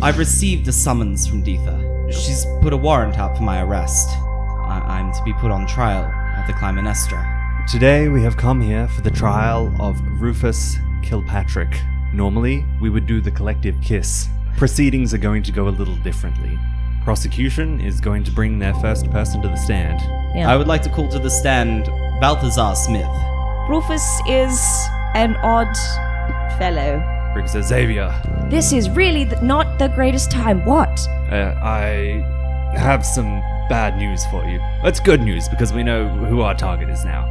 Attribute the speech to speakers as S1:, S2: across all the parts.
S1: I've received a summons from Deetha. She's put a warrant out for my arrest. I- I'm to be put on trial at the Climenestra.
S2: Today we have come here for the trial of Rufus Kilpatrick. Normally, we would do the collective kiss. Proceedings are going to go a little differently. Prosecution is going to bring their first person to the stand.
S3: Yeah.
S1: I would like to call to the stand Balthazar Smith.
S3: Rufus is an odd fellow.
S2: Rick says, Xavier,
S3: This is really th- not the greatest time. What?
S2: uh, I have some bad news for you. That's good news because we know who our target is now.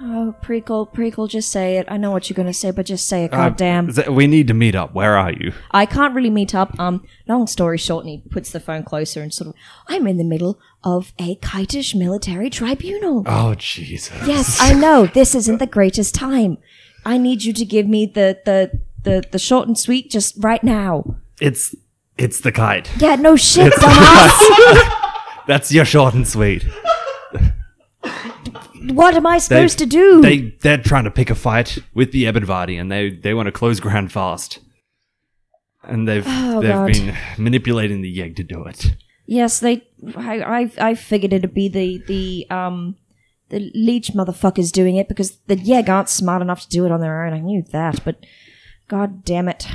S3: Oh, Prequel, Prequel, just say it. I know what you're gonna say, but just say it.
S2: Uh,
S3: God damn.
S2: Z- we need to meet up. Where are you?
S3: I can't really meet up. Um, long story short, and he puts the phone closer and sort of. I'm in the middle of a Kitish military tribunal.
S2: Oh, Jesus.
S3: Yes, I know. This isn't the greatest time. I need you to give me the the the, the short and sweet just right now.
S2: It's, it's the kite.
S3: Yeah, no shit, dumbass.
S2: That's your short and sweet.
S3: what am I
S2: They-
S3: supposed to do?
S2: They they're trying to pick a fight with the Ebonvardi, and they they want to close ground fast. And they've
S3: Oh,
S2: they've
S3: God.
S2: been manipulating the Yeg to do it.
S3: yes, they. I, I I figured it'd be the the um the leech motherfuckers doing it because the Yeg aren't smart enough to do it on their own. I knew that, but god damn it.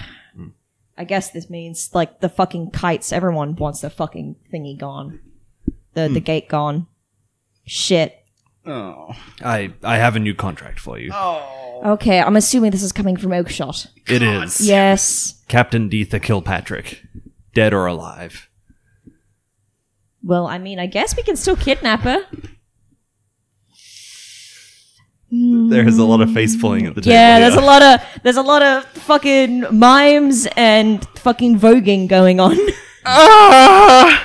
S3: I guess this means like the fucking kites. Everyone wants their fucking thingy gone, the the gate gone. Shit.
S1: Oh.
S2: I I have a new contract for you.
S3: Okay, I'm assuming this is coming from Oakshot.
S2: it is
S3: Yes.
S2: Captain Deetha Kilpatrick, dead or alive.
S3: Well, I mean, I guess we can still kidnap her.
S2: There is a lot of face pulling at the table.
S3: Yeah, there's a lot of there's a lot of fucking mimes and fucking voguing going on.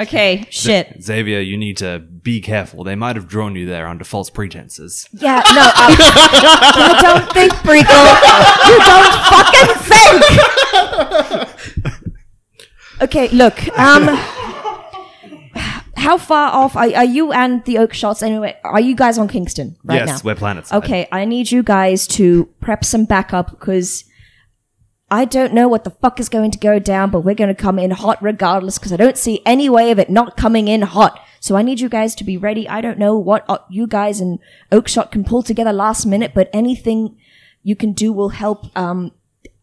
S3: okay, shit.
S2: Xavier, you need to be careful. They might have drawn you there under false pretenses.
S3: Yeah, no, I, you don't think, Prequel. You don't fucking think. okay, look. Um, how far off are, are you and the Oak Shots anyway? Are you guys on Kingston right now?
S2: yes, we're planets.
S3: Okay, I need you guys to prep some backup because I don't know what the fuck is going to go down, but we're going to come in hot regardless because I don't see any way of it not coming in hot. So I need you guys to be ready. I don't know what uh, you guys and Oakshot can pull together last minute, but anything you can do will help. Um,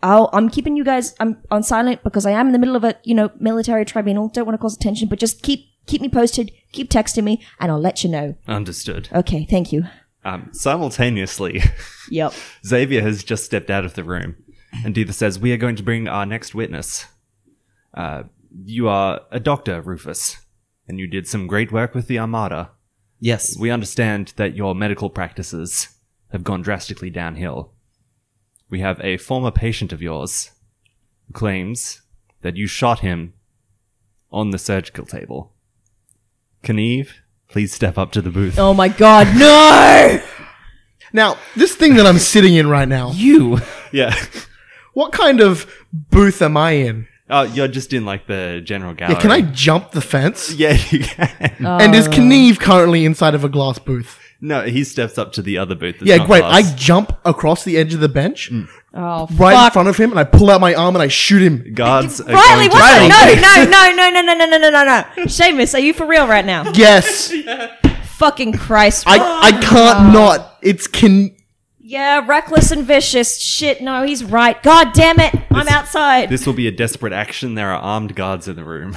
S3: I'll, I'm keeping you guys I'm on silent because I am in the middle of a you know military tribunal. Don't want to cause attention, but just keep keep me posted. Keep texting me, and I'll let you know.
S2: Understood.
S3: Okay, thank you.
S2: Um, simultaneously,
S3: Yep.
S2: Xavier has just stepped out of the room, and Deetha says, "We are going to bring our next witness. Uh, you are a doctor, Rufus, and you did some great work with the Armada.
S1: Yes.
S2: We understand that your medical practices have gone drastically downhill. We have a former patient of yours who claims that you shot him on the surgical table. Knieve, please step up to the booth.
S3: Oh my god, no!
S4: Now, this thing that I'm sitting in right now,
S2: You, yeah."
S4: what kind of booth am I in?
S2: Oh, you're just in like the general gallery.
S4: Yeah, can I jump the fence?
S2: Yeah, you can.
S3: Oh.
S4: And is Kneve currently inside of a glass booth?
S2: No, he steps up to the other booth. that's
S4: Yeah,
S2: not
S4: great.
S2: glass.
S4: I jump across the edge of the bench,
S3: Oh,
S4: right in
S3: fuck.
S4: front of him, and I pull out my arm and I shoot him.
S2: guards. are
S3: Riley,
S2: going to
S3: what?
S2: stop you.
S3: No, no, no, no, no, no, no, no, no, no, no. Seamus, are you for real right now?
S4: Yes,
S3: Fucking Christ.
S4: I I can't not. It's can
S3: Yeah, reckless and vicious. Shit, no, he's right. God damn it. I'm
S2: This-
S3: outside.
S2: This will be a desperate action. There are armed guards in the room.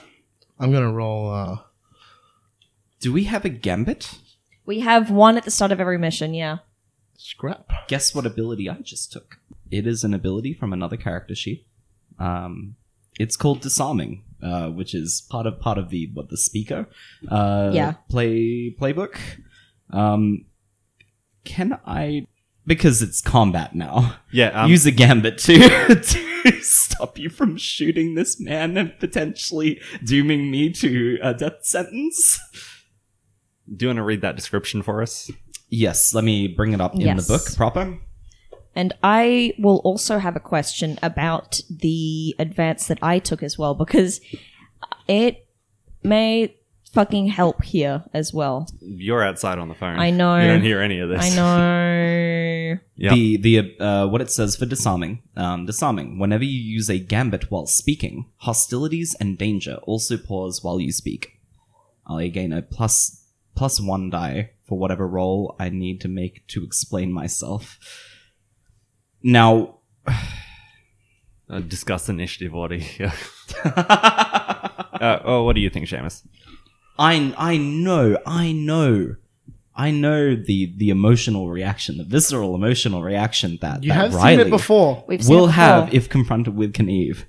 S4: I'm gonna roll. Uh,
S1: Do we have a gambit?
S3: we have one at the start of every mission, yeah.
S4: scrap.
S1: Guess what ability I just took? It is an ability from another character sheet. Um, it's called disarming, uh, which is part of part of the what the speaker uh,
S3: Yeah.
S1: play playbook. Um, can I? Because it's combat now.
S2: Yeah, um,
S1: use a gambit to, to stop you from shooting this man and potentially dooming me to a death sentence.
S2: do you want to read that description for us?
S1: Yes, let me bring it up in
S3: Yes.
S1: the book proper.
S3: And I will also have a question about the advance that I took as well, because it may fucking help here as well.
S2: You're outside on the phone.
S3: I know.
S2: You don't hear any of this.
S3: I know.
S2: Yep.
S1: The the uh, what it says for disarming. Um, disarming. Whenever you use a gambit while speaking, hostilities and danger also pause while you speak. I gain a plus plus one die for whatever roll I need to make to explain myself. Now,
S2: Uh, discuss initiative order. here. uh, oh, what do you think, Seamus?
S1: I I know, I know, I know the the emotional reaction, the visceral emotional reaction that
S4: You
S1: that
S4: have
S1: Riley
S4: seen it before.
S3: We've seen
S1: will
S3: it
S1: have
S3: before.
S1: if confronted with Knieve.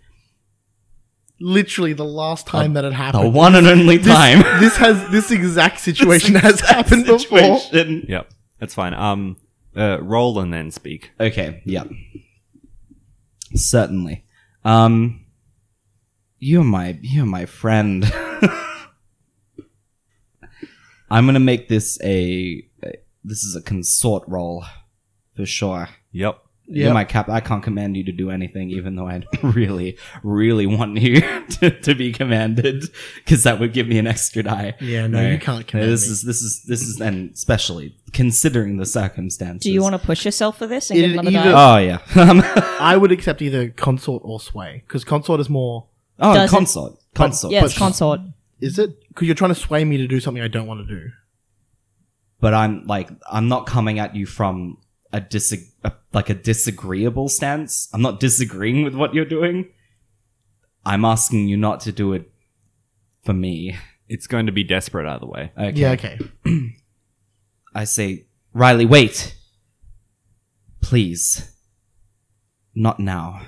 S4: Literally, the last time that it happened.
S1: The one and only
S4: This-
S1: time.
S4: this has this exact situation has happened before.
S1: Situation.
S2: Yep, that's fine. Um, uh, roll and then speak.
S1: Okay, yeah, certainly. Um, you're my you're my friend. I'm gonna make this a this is a consort role for sure.
S2: Yep.
S1: You're
S4: Yep.
S1: my cap. I can't command you to do anything, even though I really, really want you to, to be commanded, because that would give me an extra die.
S4: Yeah, no, you can't command
S1: This
S4: me.
S1: is this is this is, and especially considering the circumstances.
S3: Do you want to push yourself for this and get
S4: It
S3: another
S4: either-
S1: Oh
S3: die?
S1: yeah. Um,
S4: I would accept either consort or sway because consort is more.
S1: oh,
S3: Doesn't-
S1: consort, consort.
S3: yeah, it's
S4: push.
S3: consort.
S4: Is it? Because you're trying to sway me to do something I don't want to do.
S1: But I'm like, I'm not coming at you from a dis a, like a disagreeable stance. I'm not disagreeing with what you're doing. I'm asking you not to do it for me.
S2: It's going to be desperate either way.
S1: Okay.
S4: Yeah, okay.
S1: I say, Riley, wait. Please. Not now.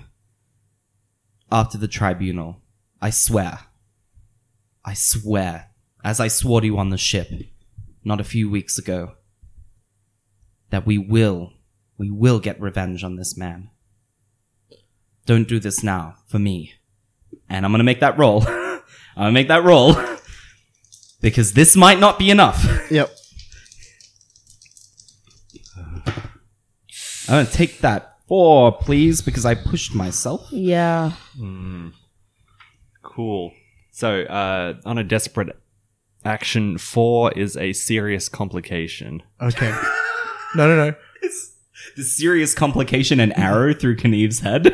S1: After the tribunal. I swear. I swear. As I swore to you on the ship, not a few weeks ago, that we will, we will get revenge on this man. Don't do this now, for me. And I'm gonna make that roll. I'm gonna make that roll. Because this might not be enough.
S4: Yep.
S1: I'm gonna take that four, please, because I pushed myself.
S3: Yeah.
S2: Cool. So, uh, on a desperate action, four is a serious complication.
S4: Okay. No, no, no.
S1: The serious complication and arrow through Knieve's head.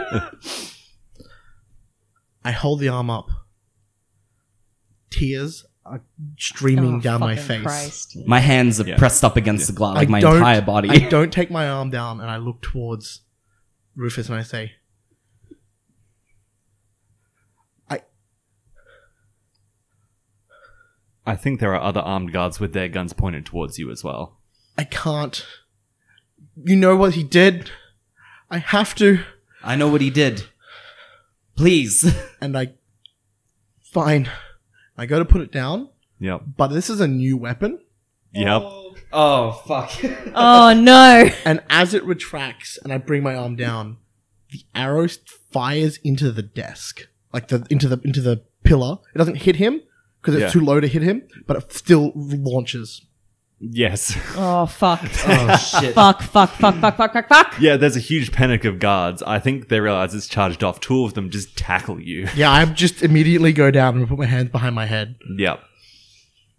S4: I hold the arm up. Tears are streaming
S3: Oh,
S4: down my
S3: fucking
S4: face.
S3: Christ.
S1: my hands are
S2: Yeah.
S1: pressed up against the glass, like
S4: I
S1: my
S4: don't-
S1: entire
S4: I
S1: body.
S4: don't take my arm down and I look towards Rufus and I say,
S2: I think there are other armed guards with their guns pointed towards you as well.
S4: I can't. You know what he did? I have to.
S1: I know what he did. Please.
S4: And I. Fine. I go to put it down,
S2: Yep.
S4: but this is a new weapon.
S2: Yep.
S1: Oh fuck.
S3: Oh no.
S4: And as it retracts and I bring my arm down, the arrow fires into the desk, like the into the into the pillar. It doesn't hit him because it's
S2: Yeah.
S4: too low to hit him, but it still launches.
S2: Yes.
S3: Oh fuck.
S1: Oh shit.
S3: fuck, fuck, fuck, fuck, fuck, fuck, fuck.
S2: yeah, there's a huge panic of guards. I think they realize it's charged off. Two of them just tackle you.
S4: Yeah, I just immediately go down and put my hands behind my head.
S2: yep.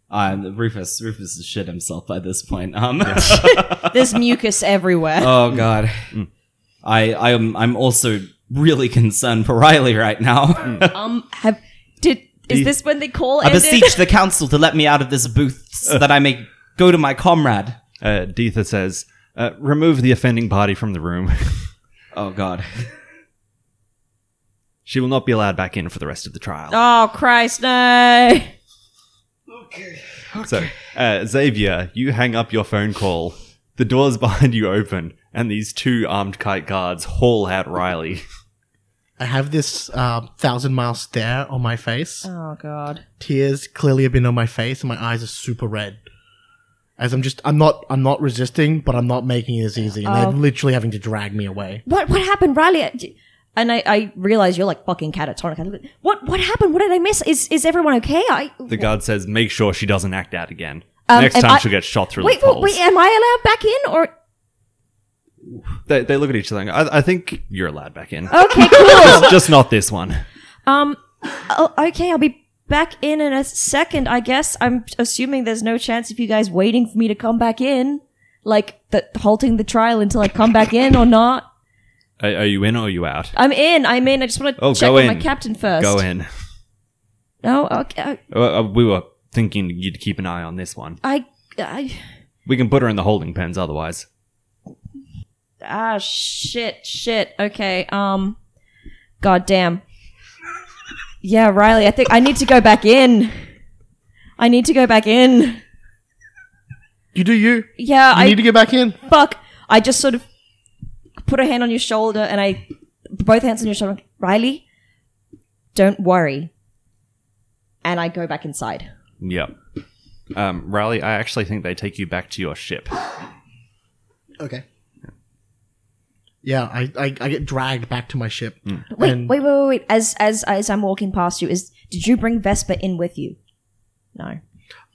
S1: Uh, Rufus, Rufus has shit himself by this point. Um.
S3: There's mucus everywhere.
S1: oh god. I I am I'm also really concerned for Riley right now.
S3: Um, have did is this when they call
S1: I
S3: ended?
S1: beseech the council to let me out of this booth so that I may go to my comrade.
S2: Uh, Deetha says, Uh, remove the offending party from the room.
S1: Oh god.
S2: she will not be allowed back in for the rest of the trial.
S3: Oh Christ, no!
S2: So, uh, Xavier, you hang up your phone call. The doors behind you open, and these two armed kite guards haul out Riley.
S4: I have this um, thousand mile stare on my face.
S3: Oh God.
S4: Tears clearly have been on my face, and my eyes are super red. As I'm just, I'm not, I'm not resisting, but I'm not making it as easy, and
S3: Oh.
S4: they're literally having to drag me away.
S3: What what happened, Riley? I- d- And I, I realize you're like fucking catatonic. I'm like, What what happened? What did I miss? Is is everyone okay? I
S2: The guard says, "Make sure she doesn't act out again.
S3: Um,
S2: Next
S3: and
S2: time
S3: I-
S2: she'll get shot through
S3: wait,
S2: the
S3: wait,
S2: poles."
S3: wait, am I allowed back in or?
S2: They, they look at each other. and go, I, I think you're allowed back in.
S3: Okay, cool.
S2: Just- Just not this one.
S3: um, oh, okay, I'll be back in in a second. I guess I'm assuming there's no chance of you guys waiting for me to come back in, like the, halting the trial until I come back in or not.
S2: Are, are you in or are you out?
S3: I'm in. I'm in. I just want to
S2: Oh,
S3: check
S2: go
S3: with
S2: in.
S3: my captain first.
S2: Go in.
S3: No, okay. I,
S2: Uh, uh, we were thinking you'd keep an eye on this one.
S3: I, I
S2: We can put her in the holding pens otherwise.
S3: ah shit shit okay um god damn yeah riley i think i need to go back in i need to go back in
S4: You do you. You
S3: yeah i
S4: need to get back in.
S3: fuck i just sort of put a hand on your shoulder and i both hands on your shoulder riley don't worry and i go back inside
S2: Yep. Um, Riley, I actually think they take you back to your ship.
S4: Okay. Yeah, I, I, I get dragged back to my ship.
S3: wait
S4: and
S3: wait wait wait wait as as as i'm walking past you is did you bring vespa in with you no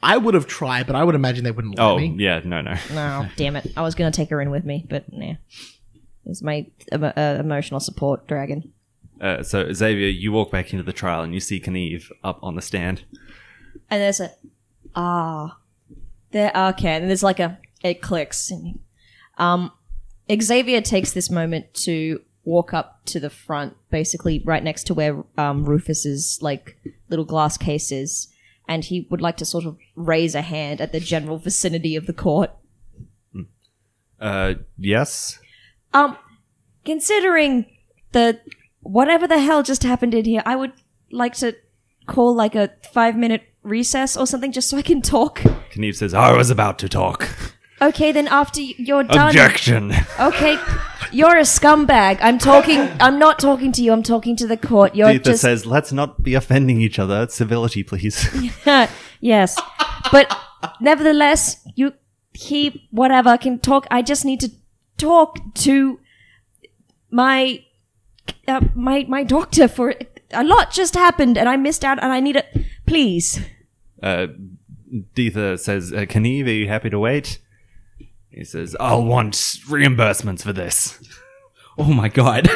S4: I would have tried, but I would imagine they wouldn't let
S2: Oh,
S4: me.
S2: yeah, no, no.
S3: No, Oh, damn it. I was going to take her in with me, but nah. It's my um, uh, emotional support dragon.
S2: Uh, so, Xavier, you walk back into the trial and you see Kneve up on the stand.
S3: And there's a, ah, there, okay. And there's like a, it clicks. And, um, Xavier takes this moment to walk up to the front, basically right next to where um, Rufus's like little glass case is. And he would like to sort of raise a hand at the general vicinity of the court.
S2: Uh, yes?
S3: Um, considering the whatever the hell just happened in here, I would like to call like a five minute recess or something just so I can talk.
S2: Kneve says, I was about to talk.
S3: Okay, then after y- you're done.
S2: Objection!
S3: Okay, you're a scumbag. I'm talking. I'm not talking to you. I'm talking to the court. You're
S2: Deetha
S3: just
S2: says, let's not be offending each other. Civility, please.
S3: yes, but nevertheless, you he whatever can talk. I just need to talk to my uh, my my doctor for a lot just happened and I missed out and I need a please.
S2: uh, Deetha says, uh, Kneve, are you happy to wait? He says, I'll want reimbursements for this.
S1: Oh my god.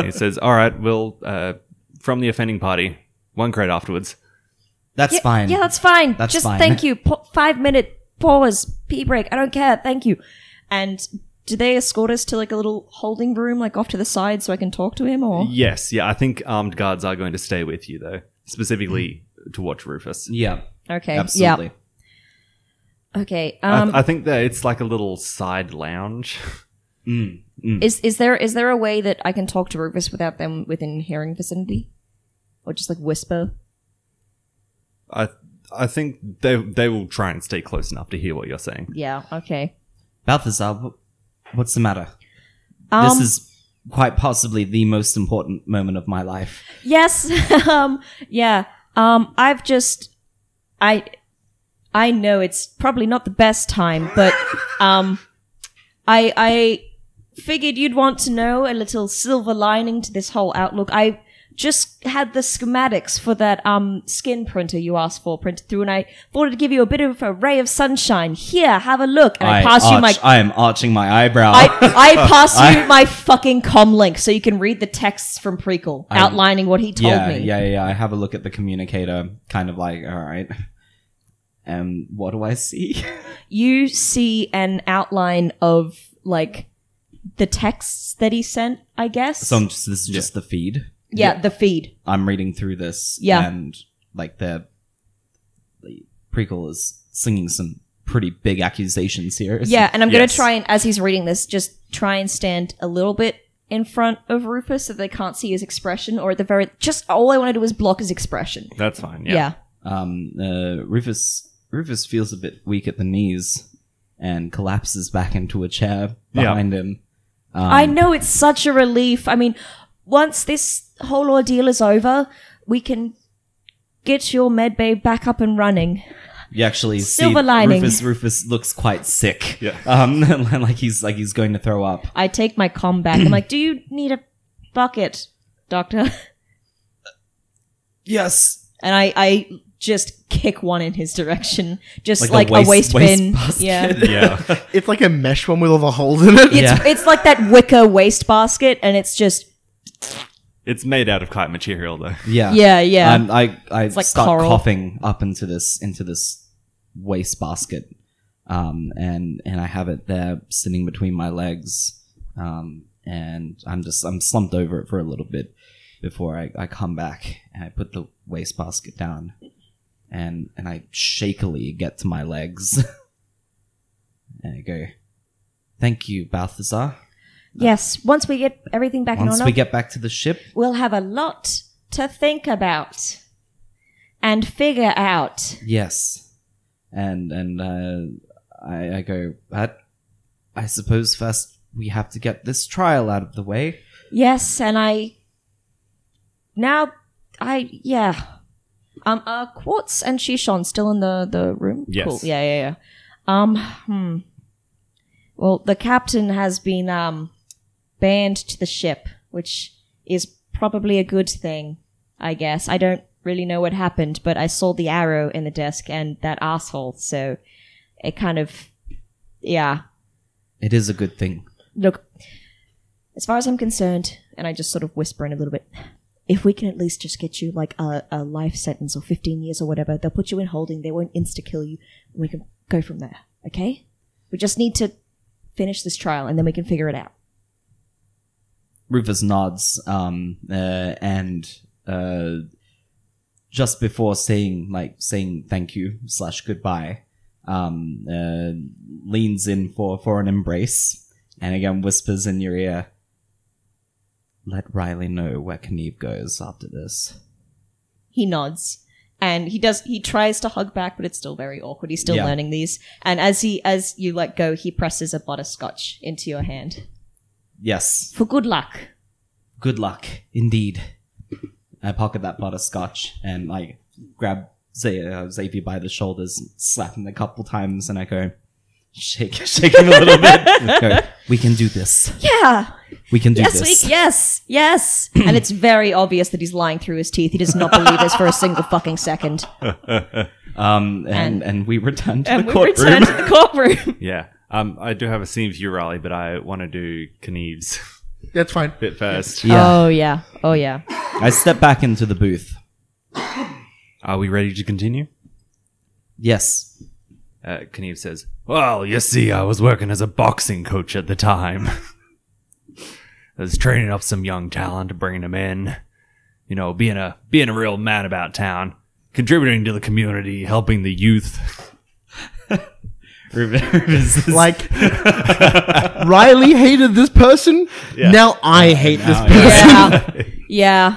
S2: he says, all right, we'll, uh, from the offending party, one credit afterwards.
S1: That's
S3: Yeah,
S1: fine.
S3: Yeah, that's fine.
S1: That's
S3: just
S1: fine.
S3: thank you. Pa- five minute pause, pee break. I don't care. Thank you. And do they escort us to like a little holding room, like off to the side, so I can talk to him? Or
S2: Yes, yeah, I think armed guards are going to stay with you, though, specifically to watch Rufus.
S1: yeah.
S3: okay,
S1: Mm-hmm. Absolutely.
S3: yeah, okay.
S2: I,
S3: Um,
S2: I think that it's like a little side lounge.
S3: Is is there is there a way that I can talk to Rufus without them within hearing vicinity, or just like whisper?
S2: I I think they they will try and stay close enough to hear what you're saying.
S3: Yeah. Okay.
S1: Balthazar, wh- what's the matter?
S3: Um,
S1: this is quite possibly the most important moment of my life.
S3: yes. um. Yeah. Um. I've just, I, I know it's probably not the best time, but um, I I figured you'd want to know a little silver lining to this whole outlook. I just had the schematics for that um skin printer you asked for printed through, and I wanted to give you a bit of a ray of sunshine. Here, have a look, and I, pass you my
S1: arch- I am arching my eyebrow.
S3: I, I pass you my fucking com link so you can read the texts from Prequel outlining what he told
S1: yeah,
S3: me.
S1: yeah, yeah, yeah. I have a look at the communicator, kind of like, all right. And what do I see?
S3: You see an outline of like the texts that he sent, I guess.
S1: so I'm just, this is just the feed.
S3: yeah, the feed.
S1: I'm reading through this,
S3: Yeah.
S1: and like the the prequel is singing some pretty big accusations here.
S3: Yeah, and I'm going
S2: Yes.
S3: to try and, as he's reading this, just try and stand a little bit in front of Rufus so they can't see his expression, or at the very, just all I want to do is block his expression.
S2: That's fine.
S3: Yeah.
S2: Yeah.
S1: Um, uh, Rufus Rufus feels a bit weak at the knees and collapses back into a chair
S2: Yeah.
S1: behind him.
S3: I know it's such a relief. I mean, once this whole ordeal is over, we can get your medbay back up and running.
S1: You actually
S3: Silver
S1: see
S3: lining.
S1: Rufus Rufus looks quite sick.
S2: Yeah.
S1: Um, like he's like he's going to throw up.
S3: I take my comm back. I'm like, do you need a bucket, doctor?
S1: Yes.
S3: And I, I just kick one in his direction, just
S1: Like
S3: like,
S1: the
S3: a
S1: waste-
S3: waste,
S1: waste
S3: bin.
S1: basket.
S3: yeah.
S2: Yeah.
S4: It's like a mesh one with all the holes in it.
S3: It's
S1: Yeah.
S3: it's like that wicker wastebasket, and it's just
S2: it's made out of kite material though.
S1: Yeah.
S3: yeah, yeah.
S1: Um, I I
S3: like
S1: start
S3: coral.
S1: coughing up into this into this waste basket, um, and and I have it there sitting between my legs, um, and I'm just I'm slumped over it for a little bit before I, I come back and I put the waste basket down, and and I shakily get to my legs, and I go, "Thank you, Balthazar."
S3: yes, once we get everything back in
S1: Once
S3: order,
S1: we get back to the ship,
S3: we'll have a lot to think about and figure out.
S1: Yes, and and uh, I, I go. I, I suppose first we have to get this trial out of the way.
S3: Yes, and I now I yeah. Um, uh, Quartz and Shishon still in the the room.
S2: Yes.
S3: Cool. Yeah, yeah, yeah. Um, hmm. Well, the captain has been um banned to the ship, which is probably a good thing, I guess. I don't really know what happened, but I saw the arrow in the desk and that asshole, so it kind of yeah.
S1: It is a good thing.
S3: Look, as far as I'm concerned, and I just sort of whisper in a little bit, if we can at least just get you like a, a life sentence or 15 years or whatever, they'll put you in holding, they won't insta kill you, and we can go from there, okay? We just need to finish this trial and then we can figure it out.
S1: Rufus nods, um, uh, and uh, just before saying like saying thank you slash goodbye, um, uh, leans in for for an embrace, and again whispers in your ear. Let Riley know where Kneve goes after this.
S3: He nods. And he does. He tries to hug back, but it's still very awkward. He's still
S1: Yeah.
S3: learning these. And as he, as you let go, he presses a butterscotch into your hand
S1: Yes,
S3: for good luck.
S1: good luck indeed i pocket that butterscotch and like grab Za- uh, xavier by the shoulders and slap him a couple times and i go shake shake him a little bit Go, we can do this
S3: Yeah,
S1: we can do
S3: Yes,
S1: this
S3: we, yes, yes. and it's very obvious that he's lying through his teeth. He does not believe this for a single fucking second.
S1: um and, and
S3: And-
S1: we return to
S3: And
S1: the
S3: we
S1: courtroom
S3: return to the courtroom.
S2: Yeah. Um, I do have a scene for you, Riley, but I want to do Knieves
S4: That's fine.
S2: bit first.
S1: yeah
S3: Oh yeah. Oh yeah.
S1: i step back into the booth
S2: Are we ready to continue?
S1: yes
S2: Uh, Knieves says, Well, you see, I was working as a boxing coach at the time. I was training up some young talent, bringing them in. You know, being a being a real man about town, contributing to the community, helping the youth.
S1: Rufus is-
S4: Like Riley hated this person. Now I hate this person.
S3: Yeah. Yeah.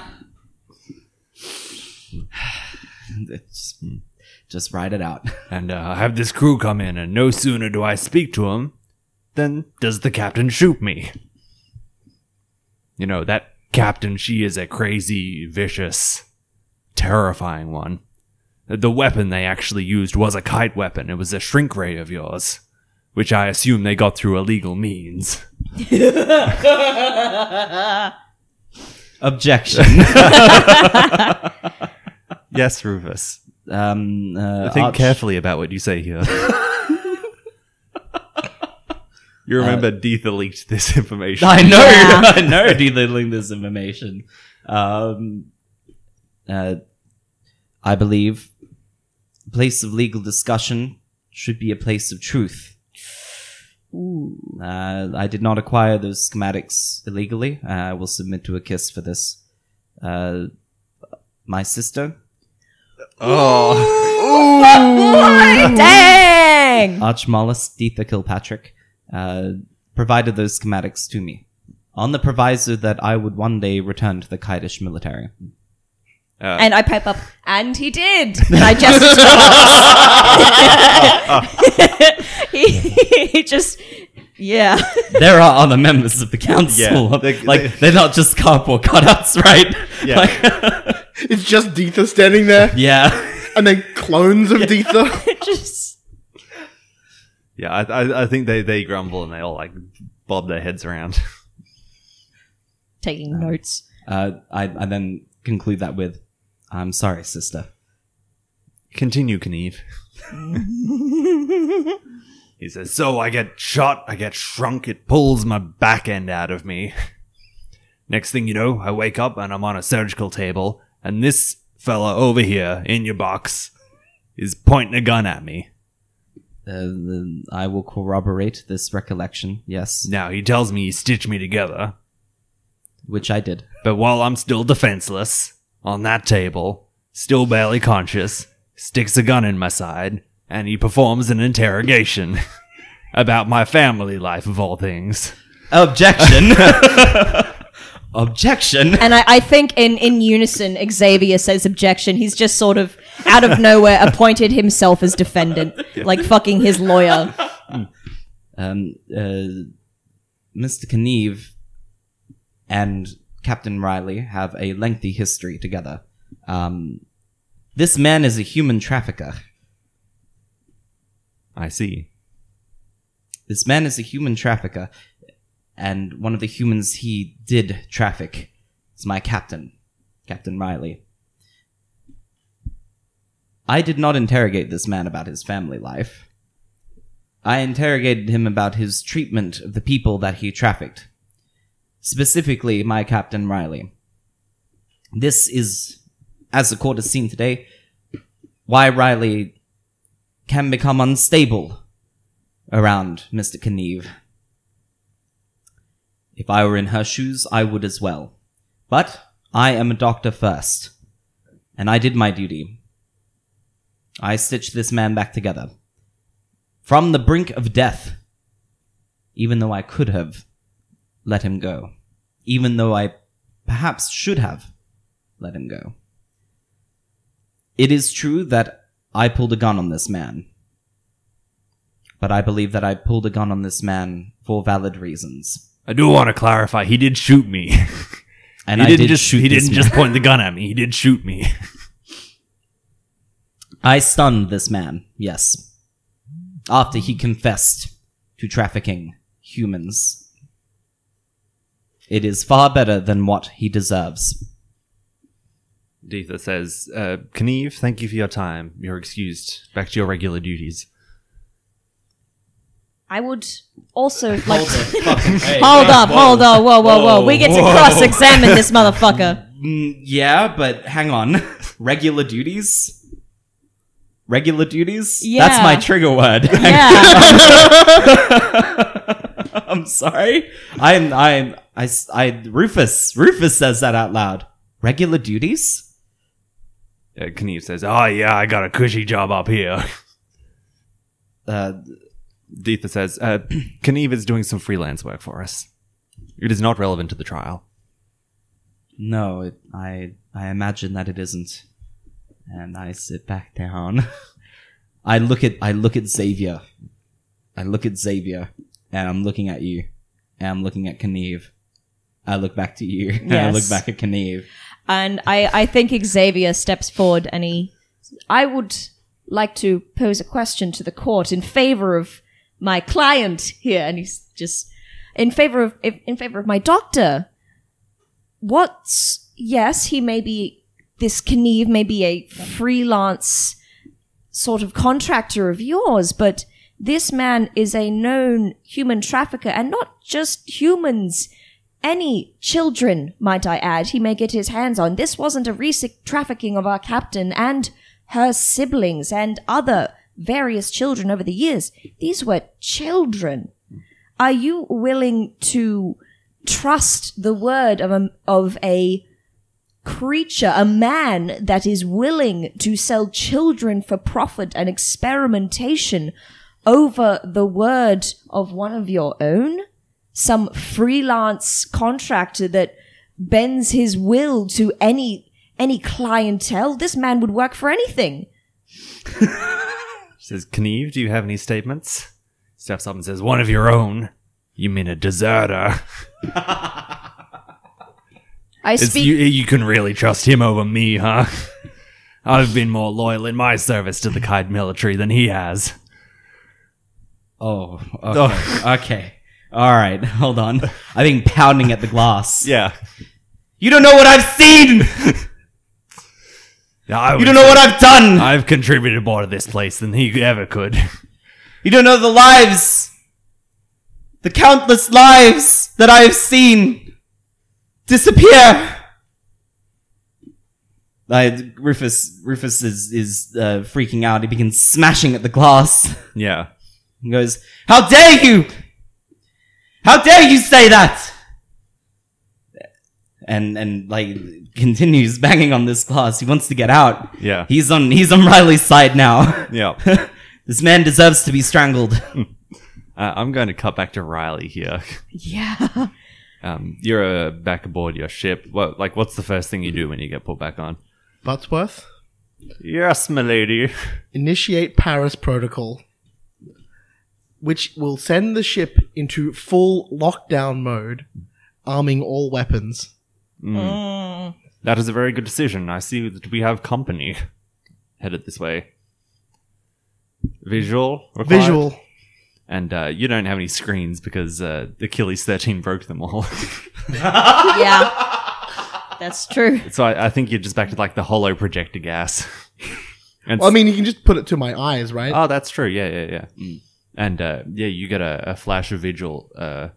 S1: just, just write it out
S2: And uh, I have this crew come in, and no sooner do I speak to him than does the captain shoot me. You know, that captain, she is a crazy, vicious, terrifying one. The weapon they actually used was a kite weapon, it was a shrink ray of yours, which I assume they got through illegal means.
S1: objection
S2: Yes, Rufus.
S1: um uh, Arch-
S2: about what you say here. you remember Deetha leaked this information.
S1: Uh, I know,
S3: Yeah.
S1: I know, delittling this information. Um, uh, I believe a place of legal discussion should be a place of truth. Uh, I did not acquire those schematics illegally. Uh, I will submit to a kiss for this. Uh, my sister.
S2: Oh.
S1: Uh.
S3: Dang!
S1: Archmolus Deetha Kilpatrick uh, provided those schematics to me on the proviso that I would one day return to the Kaidish military.
S3: And I pipe up, and he did. And I just. he, he just. Yeah.
S1: there are other members of the council.
S2: Yeah, they-
S1: like,
S2: they-
S1: they, are not just cardboard cutouts, right?
S2: Yeah.
S1: Like-
S4: It's just Deetha standing there,
S1: yeah.
S4: and then clones of Deetha.
S3: just.
S2: Yeah, I, I, I think they, they grumble and they all like bob their heads around.
S3: Taking notes.
S1: Uh, I, I then conclude that with, I'm sorry, sister.
S2: Continue, Kneve. he says, So I get shot, I get shrunk, it pulls my back end out of me. Next thing you know, I wake up and I'm on a surgical table, and this fella over here in your box is pointing a gun at me.
S1: Uh, the- I will corroborate this recollection, yes,
S2: Now he tells me he stitched me together,
S1: which I did.
S2: But while I'm still defenseless on that table, still barely conscious, sticks a gun in my side, and he performs an interrogation about my family life of all things.
S1: Objection! Objection!
S3: And I, I think in, in unison, Xavier says objection. He's just sort of out of nowhere appointed himself as defendant, like fucking his lawyer.
S1: um, uh, Mr. Kneve and Captain Riley have a lengthy history together. Um, this man is a human trafficker.
S2: I see.
S1: This man is a human trafficker, and one of the humans he did traffic is my captain, Captain Riley. I did not interrogate this man about his family life. I interrogated him about his treatment of the people that he trafficked, specifically my Captain Riley. This is, as the court has seen today, why Riley can become unstable around Mr. Kneve. If I were in her shoes, I would as well. But I am a doctor first, and I did my duty. I stitched this man back together. From the brink of death, even though I could have let him go, even though I perhaps should have let him go. It is true that I pulled a gun on this man, but I believe that I pulled a gun on this man for valid reasons.
S2: I do want to clarify, he did shoot me. he
S1: And I
S2: didn't
S1: did
S2: just
S1: shoot
S2: he
S1: this
S2: didn't
S1: man.
S2: just point the gun at me. He did shoot me.
S1: I stunned this man, yes. After he confessed to trafficking humans. It is far better than what he deserves.
S2: Deetha says, uh, Kneve, thank you for your time. You're excused. Back to your regular duties.
S3: I would also like.
S1: Hold
S3: Hold up, hold on, whoa, whoa, whoa. We get to
S2: Whoa.
S3: cross examine this motherfucker.
S1: Mm, yeah, but hang on. Regular duties? Regular duties? That's
S3: Yeah.
S1: my trigger word.
S3: Yeah.
S1: I'm sorry. I'm, I'm, I, s- I- Rufus, Rufus says that out loud. Regular duties?
S2: Uh, Kneve says, Oh, yeah, I got a cushy job up here.
S1: Uh,
S2: Deetha says, uh, Kneve is doing some freelance work for us. It is not relevant to the trial.
S1: no, it, I, I imagine that it isn't. And I sit back down. I look at, I look at Xavier. I look at Xavier, and I'm looking at you, and I'm looking at Kneve. I look back to you, and I look
S3: Yes.
S1: back at Kneve.
S3: and I, I think Xavier steps forward and he. I would like to pose a question to the court in favor of my client here. And he's just. In favor of. In favor of my doctor. What's. Yes, he may be. This Kneve may be a freelance sort of contractor of yours, but this man is a known human trafficker and not just humans any children, might I add, he may get his hands on. This wasn't a recent trafficking of our captain and her siblings and other various children over the years. These were children. Are you willing to trust the word of a, of a creature, a man that is willing to sell children for profit and experimentation over the word of one of your own? Some freelance contractor that bends his will to any any clientele? This man would work for anything.
S2: She says, Kneve, do you have any statements? Steps up and says, One of your own. You mean a deserter?
S3: I
S2: It's,
S3: speak
S2: you, you can really trust him over me, huh? I've been more loyal in my service to the Kite military than he has.
S1: Oh, okay. okay. All right, hold on. I've been pounding at the glass.
S2: Yeah.
S1: You don't know what I've seen!
S2: I
S1: You don't know what I've done!
S2: I've contributed more to this place than he ever could.
S1: You don't know the lives, the countless lives that I have seen disappear. I, Rufus, Rufus is is uh, freaking out. He begins smashing at the glass.
S2: Yeah.
S1: He goes, "How dare you! How dare you say that!" And and like continues banging on this glass. He wants to get out.
S2: Yeah.
S1: He's on he's on Riley's side now.
S2: Yeah.
S1: this man deserves to be strangled.
S2: Uh, I'm going to cut back to Riley here.
S3: Yeah.
S2: Um, you're uh, back aboard your ship. What, like, what's the first thing you do when you get pulled back on?
S4: Buttsworth,
S2: Yes, milady.
S4: initiate Paris Protocol, which will send the ship into full lockdown mode, arming all weapons.
S2: Hmm.
S3: Uh. Mm.
S2: That is a very good decision. I see that we have company. Headed this way. Visual. required?
S4: Visual.
S2: And uh, you don't have any screens because uh, Achilles 13 broke them all.
S3: Yeah. That's true.
S2: so I, I think you're just back to like the hollow projector gas. and
S4: Well, I mean, you can just put it to my eyes, right?
S2: Oh, that's true. Yeah, yeah, yeah. And uh, yeah, you get a, a flash of vigil. Uh,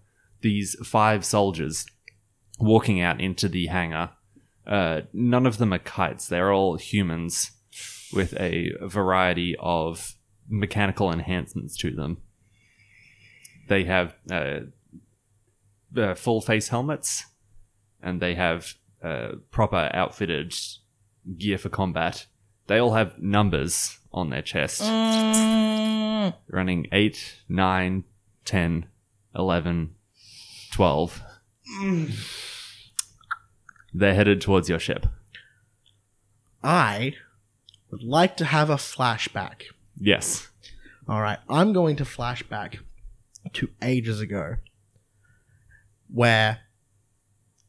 S2: these five soldiers walking out into the hangar. Uh, none of them are kites. They're all humans with a variety of mechanical enhancements to them. They have uh, uh, full face helmets, and they have uh, proper outfitted gear for combat. They all have numbers on their chest
S3: Mm.
S2: running 8, 9, 10, 11, 12.
S4: Mm.
S2: They're headed towards your ship.
S4: I would like to have a flashback.
S2: Yes.
S4: All right, I'm going to flashback to ages ago, where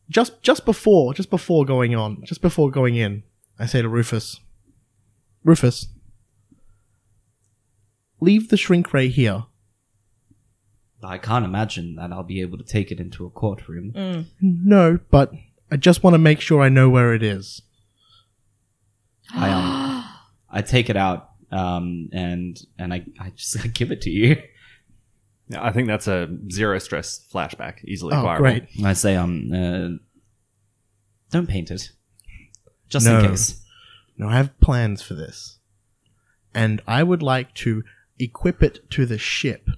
S4: just just before just before going on just before going in, I say to Rufus, Rufus, leave the shrink ray here.
S1: I can't imagine that I'll be able to take it into a courtroom.
S4: No, but I just want to make sure I know where it is.
S1: I um, I take it out um, and and I, I just I give it to you.
S2: Yeah, I think that's a zero stress flashback, easily
S4: Oh,
S2: acquirable.
S4: great!
S1: And I say um uh, don't paint it, just
S4: No.
S1: in case.
S4: Now I have plans for this, and I would like to equip it to the ship.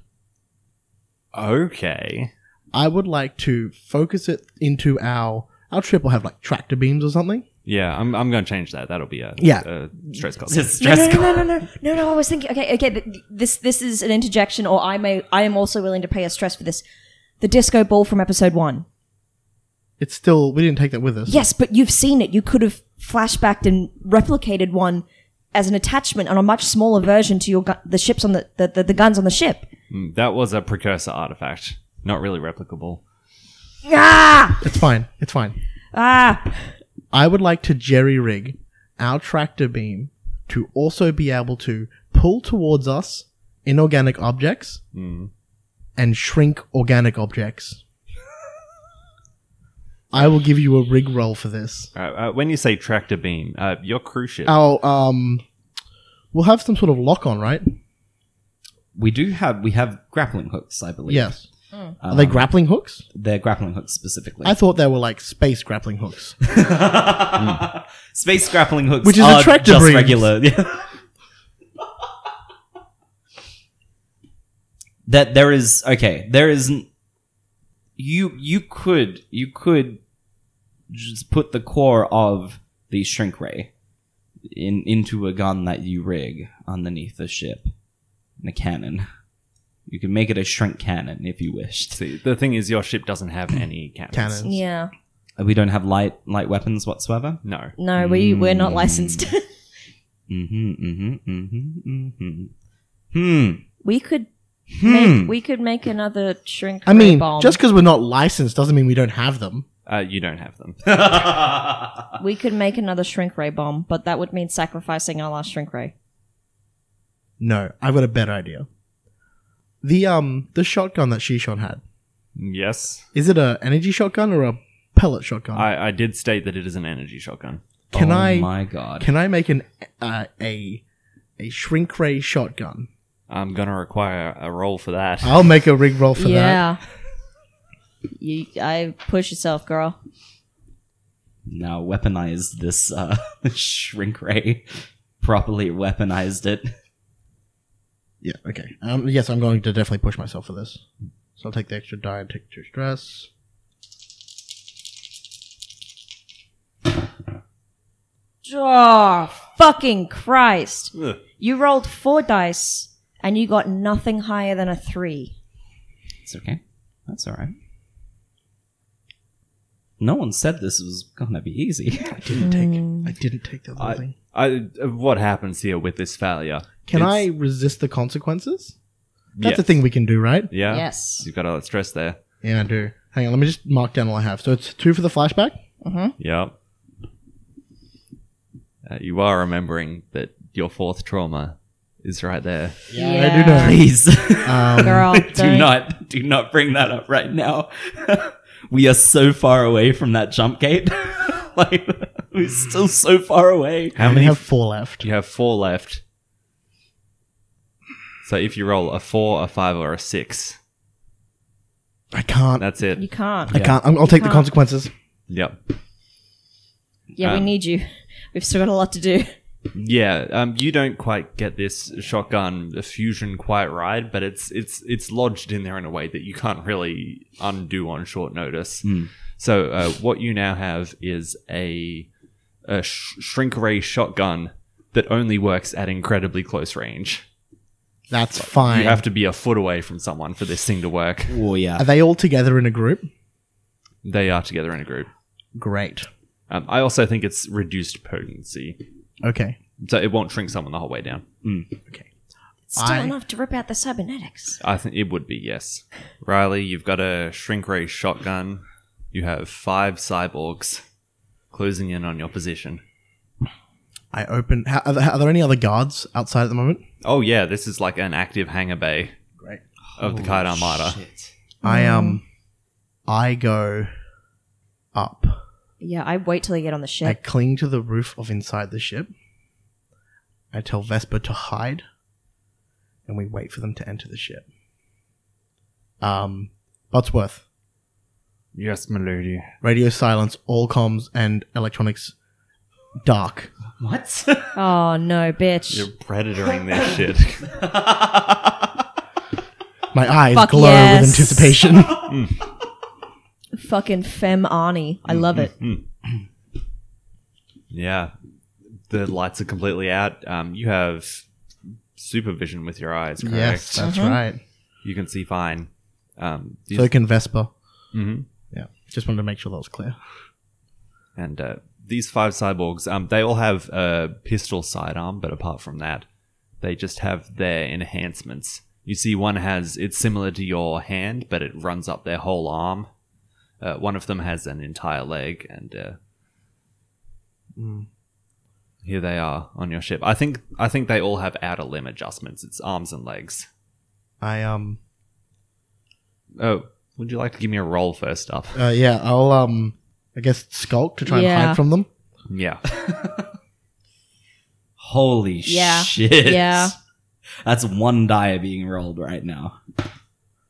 S2: Okay.
S4: I would like to focus it into our our trip will have like tractor beams or something.
S2: Yeah, I'm, I'm going to change that. That'll be a,
S4: Yeah.
S2: a stress cost.
S1: Just
S3: Mm. No,
S1: stress.
S3: no,
S1: call.
S3: no, no, no, no, no, no. I was thinking. Okay, okay. th- This, this is an interjection, or I may, I am also willing to pay a stress for this. The disco ball from episode one.
S4: It's still we didn't take that with us.
S3: Yes, but you've seen it. You could have flashbacked and replicated one as an attachment on a much smaller version to your gu- the ships on the the, the the guns on the ship.
S2: Mm, That was a precursor artifact. Not really replicable.
S3: Ah,
S4: It's fine. It's fine.
S3: ah.
S4: I would like to jerry rig our tractor beam to also be able to pull towards us inorganic objects and shrink organic objects. I will give you a rig roll for this.
S2: Uh, uh, when you say tractor beam, uh, your cruise ship.
S4: Our um we'll have some sort of lock on, right?
S1: We do have we have grappling hooks, I believe. Um,
S4: Yes. Are they grappling hooks?
S1: They're grappling hooks specifically.
S4: I thought they were like space grappling hooks.
S1: Space grappling hooks,
S4: Which is
S1: are
S4: attractive
S1: just
S4: rings.
S1: regular. that there is okay. There is n- you. You could you could just put the core of the shrink ray in into a gun that you rig underneath the ship in a cannon. You can make it a shrink cannon if you wished.
S2: See, the thing is, your ship doesn't have any cannons.
S4: Cannons.
S3: Yeah.
S1: Uh, We don't have light light weapons whatsoever.
S2: No.
S3: No, we we're not licensed.
S4: Hmm.
S1: Mm-hmm. Mm-hmm. Mm-hmm. Mm-hmm. Hmm.
S3: we could
S1: Hmm.
S3: make we could make another shrink.
S4: I mean,
S3: bomb.
S4: just because we're not licensed doesn't mean we don't have them.
S2: Uh, you don't have them.
S3: we could make another shrink ray bomb, but that would mean sacrificing our last shrink ray.
S4: No, I've got a better idea. The um the shotgun that Shishon had
S2: yes.
S4: is it a energy shotgun or a pellet shotgun?
S2: I, I did state that it is an energy shotgun.
S4: can
S1: oh
S4: I
S1: My God.
S4: can I make an uh, a a shrink ray shotgun?
S2: I'm going to require a roll for that.
S4: I'll make a rig roll for that.
S3: yeah. You, I push yourself, girl.
S1: now weaponized this uh, shrink ray. Properly weaponized it.
S4: Yeah, okay. Um, yes, I'm going to definitely push myself for this. So I'll take the extra die and take extra stress.
S3: Oh, fucking Christ!
S2: Ugh.
S3: You rolled four dice and you got nothing higher than a three.
S1: It's okay. That's all right. No one said this was gonna be easy.
S4: I
S3: Mm.
S4: didn't take. I didn't take the other
S2: I-
S4: thing.
S2: I, what happens here with this failure?
S4: Can
S2: It's-
S4: I resist the consequences? That's
S2: Yes.
S4: a thing we can do, right?
S2: Yeah.
S3: Yes.
S2: You've got all that stress there.
S4: Yeah, I do. Hang on, let me just mark down all I have. So it's two for the flashback.
S3: Mm-hmm.
S2: Yep. Uh, you are remembering that your fourth trauma is right there.
S4: I do know. Um,
S1: Please,
S3: Girl,
S1: do
S3: don't-
S1: not, do not bring that up right now. we are so far away from that jump gate. like we're still so far away.
S2: How
S4: I
S2: many?
S4: have four left.
S2: you have four left. So if you roll a four, a five, or a six,
S4: I can't.
S2: that's
S3: You
S2: it.
S3: can't.
S4: I can't. I'm, I'll take the
S3: Can't.
S4: consequences.
S2: Yep.
S3: Yeah, we
S2: Um,
S3: need you. We've still got a lot to do.
S2: Yeah. Um, you don't quite get this shotgun fusion quite right, but it's it's it's lodged in there in a way that you can't really undo on short notice. So uh, what you now have is a, a sh- shrink ray shotgun that only works at incredibly close range.
S4: That's fine.
S2: You have to be a foot away from someone for this thing to work.
S1: Oh
S4: Are
S1: yeah,
S4: they all together in a group?
S2: They are together in a group.
S4: Great.
S2: Um, I also think it's reduced potency,
S4: Okay.
S2: so it won't shrink someone the whole way down.
S3: It's still
S4: I-
S3: enough to rip out the cybernetics.
S2: I think it would be yes. Riley, you've got a shrink ray shotgun. You have five cyborgs closing in on your position.
S4: I open. How, are, there, are there any other guards outside at the moment?
S2: Oh yeah, this is like an active hangar bay
S4: Great.
S2: of the Kite Armada.
S4: I
S3: Mm.
S4: um, I go up.
S3: Yeah, I wait till they get on the
S4: I
S3: ship.
S4: cling to the roof of inside the ship. I tell Vesper to hide, and we wait for them to enter the ship. Um, Buttsworth,
S2: Yes, my lady.
S4: radio silence, all comms and electronics, dark.
S1: What?
S3: oh no, bitch!
S2: You're predatoring this shit.
S4: My eyes
S3: Fuck
S4: glow
S3: yes.
S4: with anticipation.
S3: Fucking femme Arnie. I love
S2: Mm-hmm.
S3: it.
S2: Hmm. Yeah. The lights are completely out. Um, you have supervision with your eyes, correct?
S4: yes, that's
S3: Uh-huh.
S4: right.
S2: You can see fine. Um,
S4: So can Vesper.
S2: Mhm.
S4: Yeah, just wanted to make sure that was clear.
S2: And uh, these five cyborgs, um, they all have a pistol sidearm, but apart from that, they just have their enhancements. You see, one has it's similar to your hand, but it runs up their whole arm. Uh, one of them has an entire leg, and uh, mm, here they are on your ship. I think I think they all have outer limb adjustments. It's arms and legs.
S4: I um,
S2: Oh, would you like to give me a roll first up?
S4: uh, yeah, I'll um, I guess skulk to try and
S3: Yeah.
S4: hide from them.
S2: Yeah.
S1: Holy
S3: Yeah.
S1: shit!
S3: Yeah.
S1: that's one die being rolled right now.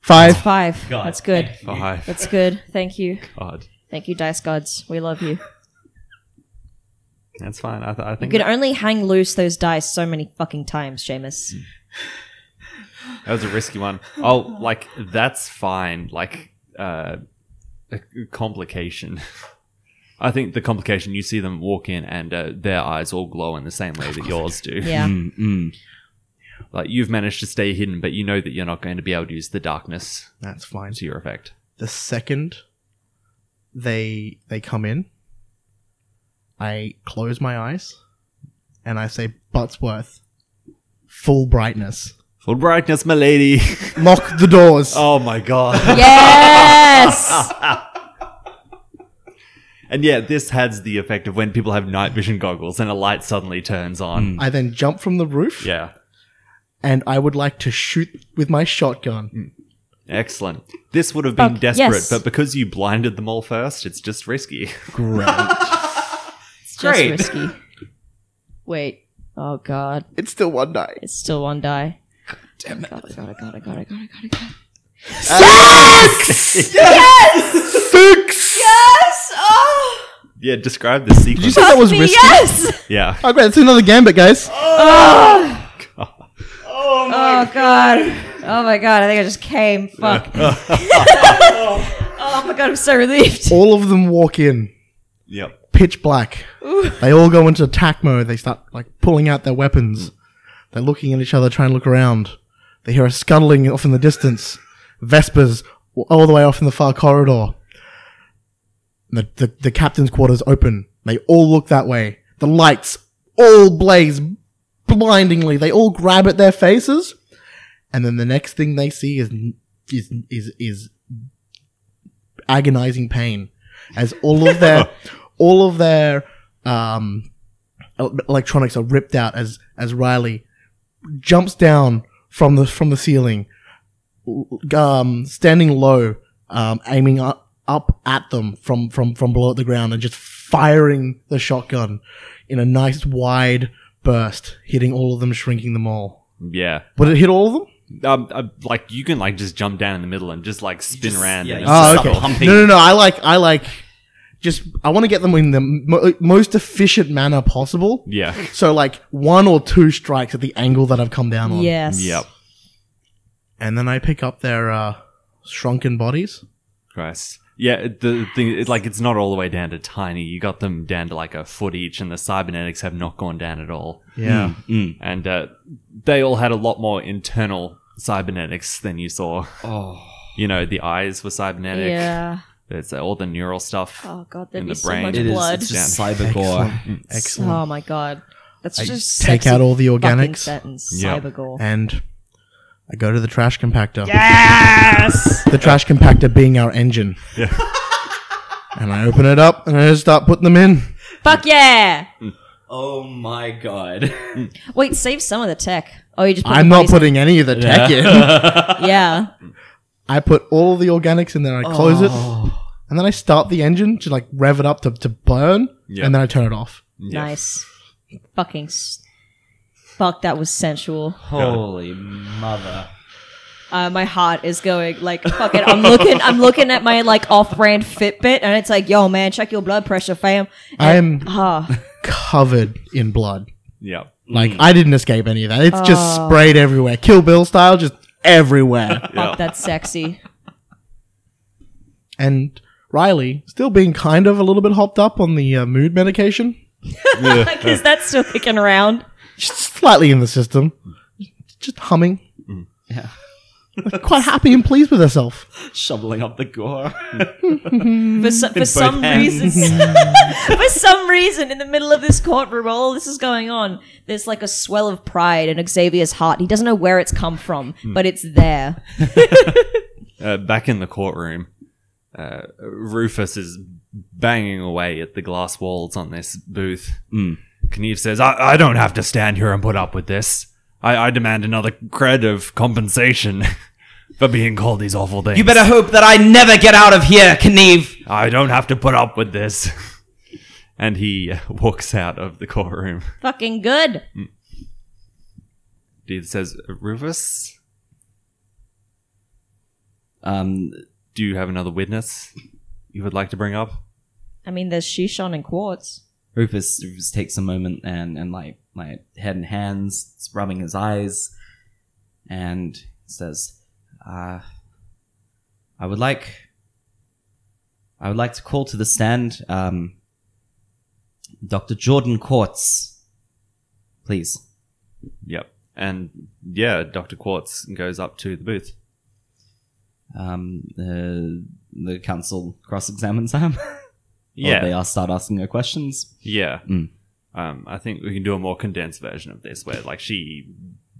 S4: Five.
S3: Five.
S1: God.
S3: That's good.
S2: Five.
S3: That's good. Thank you.
S2: God.
S3: Thank you, dice gods. We love you.
S2: That's fine. I, th- I
S3: You
S2: think
S3: can only hang loose those dice so many fucking times, Seamus.
S2: That was a risky one. Oh, like that's fine. Like uh, a complication. I think the complication you see them walk in and uh, their eyes all glow in the same way that yours do.
S3: Yeah.
S1: Mm, mm.
S2: Like you've managed to stay hidden, but you know that you're not going to be able to use the darkness
S4: That's fine.
S2: to your effect.
S4: The second they they come in, I close my eyes and I say Buttsworth, full brightness.
S2: Full brightness, my lady.
S4: Lock the doors.
S2: oh my god.
S3: yes.
S2: and yeah, this has the effect of when people have night vision goggles and a light suddenly turns on.
S4: I then jump from the roof
S2: Yeah.
S4: and I would like to shoot with my shotgun.
S2: Excellent. This would have been
S3: Fuck,
S2: desperate,
S3: yes.
S2: but because you blinded them all first, it's just risky.
S4: Great.
S3: It's
S2: Great.
S3: just risky. Wait. Oh god.
S4: it's still one night.
S3: It's still one die. Damn it. God, God, God, God, God, God, God, God.
S4: Six!
S3: Yes! Oh!
S2: Yeah, describe the sequence.
S4: Did you say that was
S3: me,
S4: risky?
S3: Yes!
S2: yeah.
S4: Oh, great. It's another gambit, guys.
S3: Oh! Oh, God. Oh, my God. I think I just came. Fuck. oh, my God. I'm so relieved.
S4: All of them walk in,
S2: Yep.
S4: pitch black. They all go into attack mode. They start, like, pulling out their weapons. They're looking at each other, trying to look around. They hear a scuttling off in the distance. Vespers all the way off in the far corridor. The, the, the captain's quarters open. They all look that way. The lights all blaze blindingly. They all grab at their faces. And then the next thing they see is, is, is, is agonizing pain as all of their, all of their, um, el- electronics are ripped out as, as Riley jumps down from the, from the ceiling, um, standing low, um, aiming up, up at them from, from, from below the ground and just firing the shotgun in a nice wide burst, hitting all of them, shrinking them all.
S2: Yeah.
S4: Would it hit all of them?
S2: Um, uh, like you can like just jump down in the middle and just like spin around.
S1: yeah,
S2: and
S1: you
S4: Oh,
S2: it's just
S1: just start
S2: pumping.
S4: Ah, No, no, no. I like, I like, just, I want to get them in the mo- most efficient manner possible.
S2: Yeah.
S4: So like one or two strikes at the angle that I've come down on.
S3: Yes.
S2: Yep.
S4: And then I pick up their, uh, shrunken bodies.
S2: Christ. Yeah, the thing it's like it's not all the way down to tiny. You got them down to like a foot each, and the cybernetics have not gone down at all.
S4: Yeah.
S1: Mm.
S2: And uh, they all had a lot more internal cybernetics than you saw.
S1: Oh.
S2: You know, the eyes were cybernetic.
S3: Yeah.
S2: There's all the neural stuff.
S3: Oh, God. There'd
S2: In
S3: be
S2: the
S3: so
S2: brain.
S3: much
S1: It is.
S3: blood.
S1: It's just cyber gore.
S4: Excellent. Excellent.
S3: oh, my God. That's
S4: I
S3: just
S4: take
S3: sexy
S4: out all the
S3: fucking
S4: organics.
S3: Sentence.
S2: Yep.
S3: Cyber gore.
S4: and I go to the trash compactor.
S3: Yes!
S4: The trash compactor being our engine.
S2: Yeah.
S4: and I open it up and I just start putting them in.
S3: Fuck yeah!
S1: Oh my god.
S3: Wait, save some of the tech. Oh, you just put
S4: I'm
S3: the
S4: not
S3: bodies
S4: putting any of the tech in.
S3: in. Yeah.
S4: I put all the organics in, then I close it, and then I start the engine to like rev it up to, to burn,
S2: Yeah.
S4: and then I turn it off.
S2: Yeah.
S3: Nice. Fucking. S- Fuck, that was sensual.
S1: Holy mother.
S3: Uh, my heart is going like fucking. I'm looking. I'm looking at my like off-brand Fitbit, and it's like, yo, man, check your blood pressure, fam.
S4: I am
S3: Ah,
S4: covered in blood.
S2: Yep.
S4: Like I didn't escape any of that. It's just sprayed everywhere, Kill Bill style, just everywhere.
S2: Yeah.
S3: fuck, that's sexy.
S4: and Riley, still being kind of a little bit hopped up on the uh, mood medication,
S3: Because that's still kicking around.
S4: just slightly in the system, just humming.
S1: Yeah.
S4: Quite happy and pleased with herself.
S1: Shoveling up the gore.
S3: For, so, for some
S1: hands.
S3: reason, for some reason, in the middle of this courtroom, while all this is going on, there's like a swell of pride in Xavier's heart. He doesn't know where it's come from,
S1: Hmm.
S3: but it's there.
S2: uh, back in the courtroom, uh, Rufus is banging away at the glass walls on this booth.
S1: Hmm.
S2: Mm. Knieve says, I-, I don't have to stand here and put up with this. I, I demand another cred of compensation for being called these awful things.
S1: You better hope that I never get out of here, Kneve.
S2: I don't have to put up with this. and he uh, walks out of the courtroom.
S3: Fucking good.
S2: He says, Rufus,
S1: Um,
S2: do you have another witness you would like to bring up?
S3: I mean, there's Shishon and Quartz.
S1: Rufus, Rufus takes a moment and, and like my head and hands, is rubbing his eyes, and says, uh, "I would like, I would like to call to the stand um, Dr. Jordan Quartz. Please.
S2: Yep. And yeah, Dr. Quartz goes up to the booth.
S1: Um, uh, the council cross examines Sam. Or they are start asking her questions.
S2: Yeah.
S1: Mm.
S2: Um, I think we can do a more condensed version of this where like she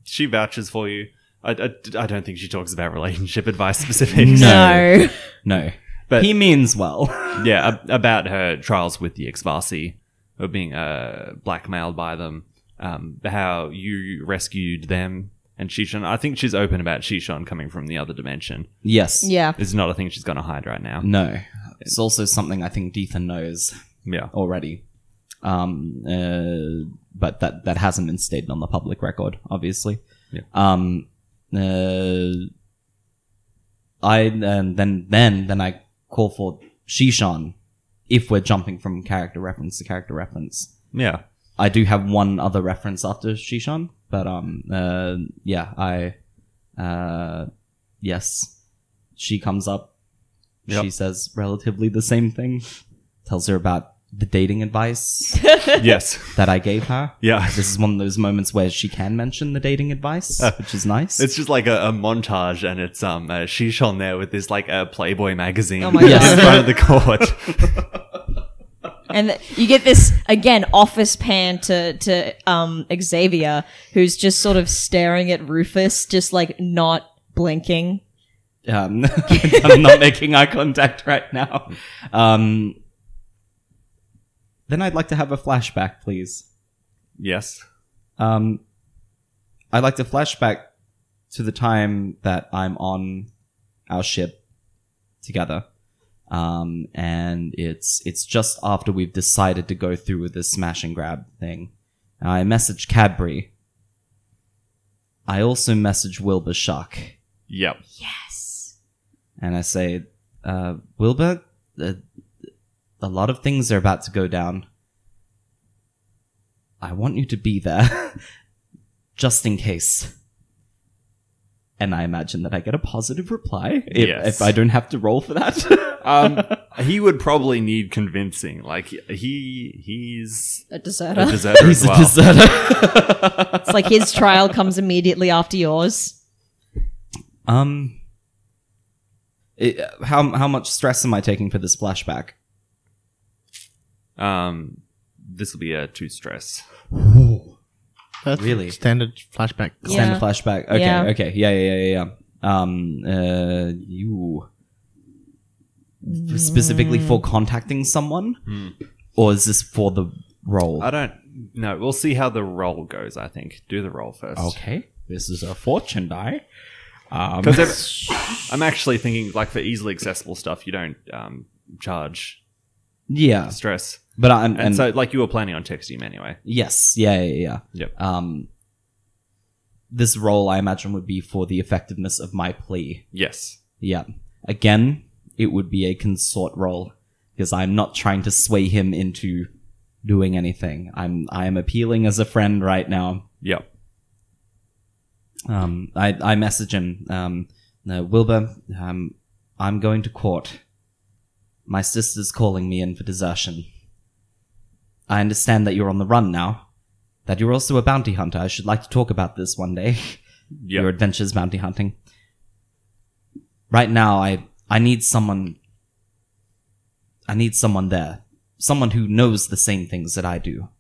S2: she vouches for you. I, I, I don't think she talks about relationship advice specifics.
S1: No. No.
S2: But-
S1: he means well.
S2: Yeah, ab- about her trials with the Exvasi, of being uh, blackmailed by them, um, how you rescued them and Shishan. I think she's open about Shishan coming from the other dimension.
S1: yes.
S3: Yeah.
S2: It's not a thing she's going to hide right now.
S1: No. It's also something I think Deetha knows
S2: Yeah.
S1: already. Um, uh, but that, that hasn't been stated on the public record, obviously.
S2: Yeah.
S1: Um, uh, I and then then then I call for Shishan if we're jumping from character reference to character reference.
S2: Yeah.
S1: I do have one other reference after Shishan, but um, uh, yeah, I, uh, yes, she comes up.
S2: Yep.
S1: She says relatively the same thing. Tells her about the dating advice
S2: yes.
S1: that I gave her.
S2: Yeah.
S1: This is one of those moments where she can mention the dating advice, which is nice.
S2: Uh, It's just like a, a montage, and it's um uh, Shishon there with this like a Playboy magazine
S3: Oh my
S2: in
S1: God.
S2: front of the court.
S3: And th- you get this again office pan to to um Xavier who's just sort of staring at Rufus just like not blinking.
S1: um, I'm not making eye contact right now. Um, then I'd like to have a flashback, please.
S2: yes.
S1: Um, I'd like to flashback to the time that I'm on our ship together. Um, and it's it's just after we've decided to go through with this smash and grab thing. I message Cadbury. I also message Wilbur Shuck.
S2: Yep.
S1: And I say, uh, Wilbur, uh, a lot of things are about to go down. I want you to be there, just in case. And I imagine that I get a positive reply if,
S2: Yes.
S1: if I don't have to roll for that.
S2: Um, he would probably need convincing. Like he he's
S3: A
S2: a
S3: deserter.
S2: deserter
S1: He's
S2: as
S1: a
S2: well.
S1: deserter.
S3: it's like his trial comes immediately after yours.
S1: um, it- how how much stress am I taking for this flashback?
S2: um, this will be a two stress.
S4: That's
S1: Really?
S4: standard flashback.
S3: Yeah.
S1: Send a flashback. Okay,
S3: Yeah.
S1: okay. Yeah, yeah, yeah, yeah, yeah. Um, uh, you specifically
S3: Mm.
S1: for contacting someone, or is this for the role?
S2: Hmm. I don't know. We'll see how the roll goes. I think do the roll first.
S1: Okay, this is a fortune die. Um,
S2: Because I'm actually thinking like for easily accessible stuff, you don't um, charge
S1: yeah,
S2: stress,
S1: but I'm
S2: and,
S1: and,
S2: so like you were planning on texting him anyway.
S1: yes, yeah, yeah,
S2: Yep.
S1: yeah. Um, this role I imagine would be for the effectiveness of my plea.
S2: yes.
S1: Yeah. Again, it would be a consort role because I'm not trying to sway him into doing anything. I'm I am appealing as a friend right now.
S2: Yep.
S1: Um, I I message him. Um, no, Wilbur, um, I'm going to court. My sister's calling me in for desertion. I understand that you're on the run now. That you're also a bounty hunter. I should like to talk about this one day
S2: Yep.
S1: your adventures bounty hunting. Right now, I I need someone. I need someone there, someone who knows the same things that I do,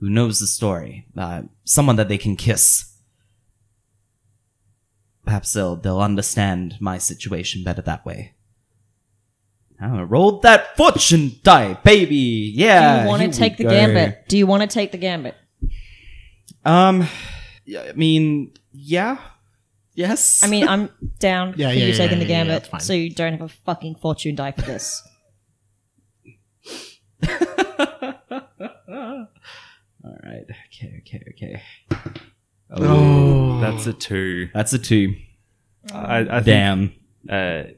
S1: who knows the story, uh, someone that they can kiss. Perhaps they'll they'll understand my situation better that way. I rolled that fortune die, baby. Yeah.
S3: Do you want
S1: here
S3: to
S1: we
S3: take the
S1: go.
S3: gambit? Do you want to take the gambit?
S1: Um, yeah, I mean, yeah, yes.
S3: I mean, I'm down
S4: Yeah,
S3: for
S4: yeah,
S3: you
S4: yeah,
S3: taking
S4: yeah,
S3: the
S4: yeah, yeah,
S3: gambit,
S4: that's fine.
S3: so you don't have a fucking fortune die for this.
S1: All right. Okay. Okay. Okay.
S4: Oh.
S2: That's a two.
S1: That's a two.
S2: I, I think
S1: Damn.
S2: uh,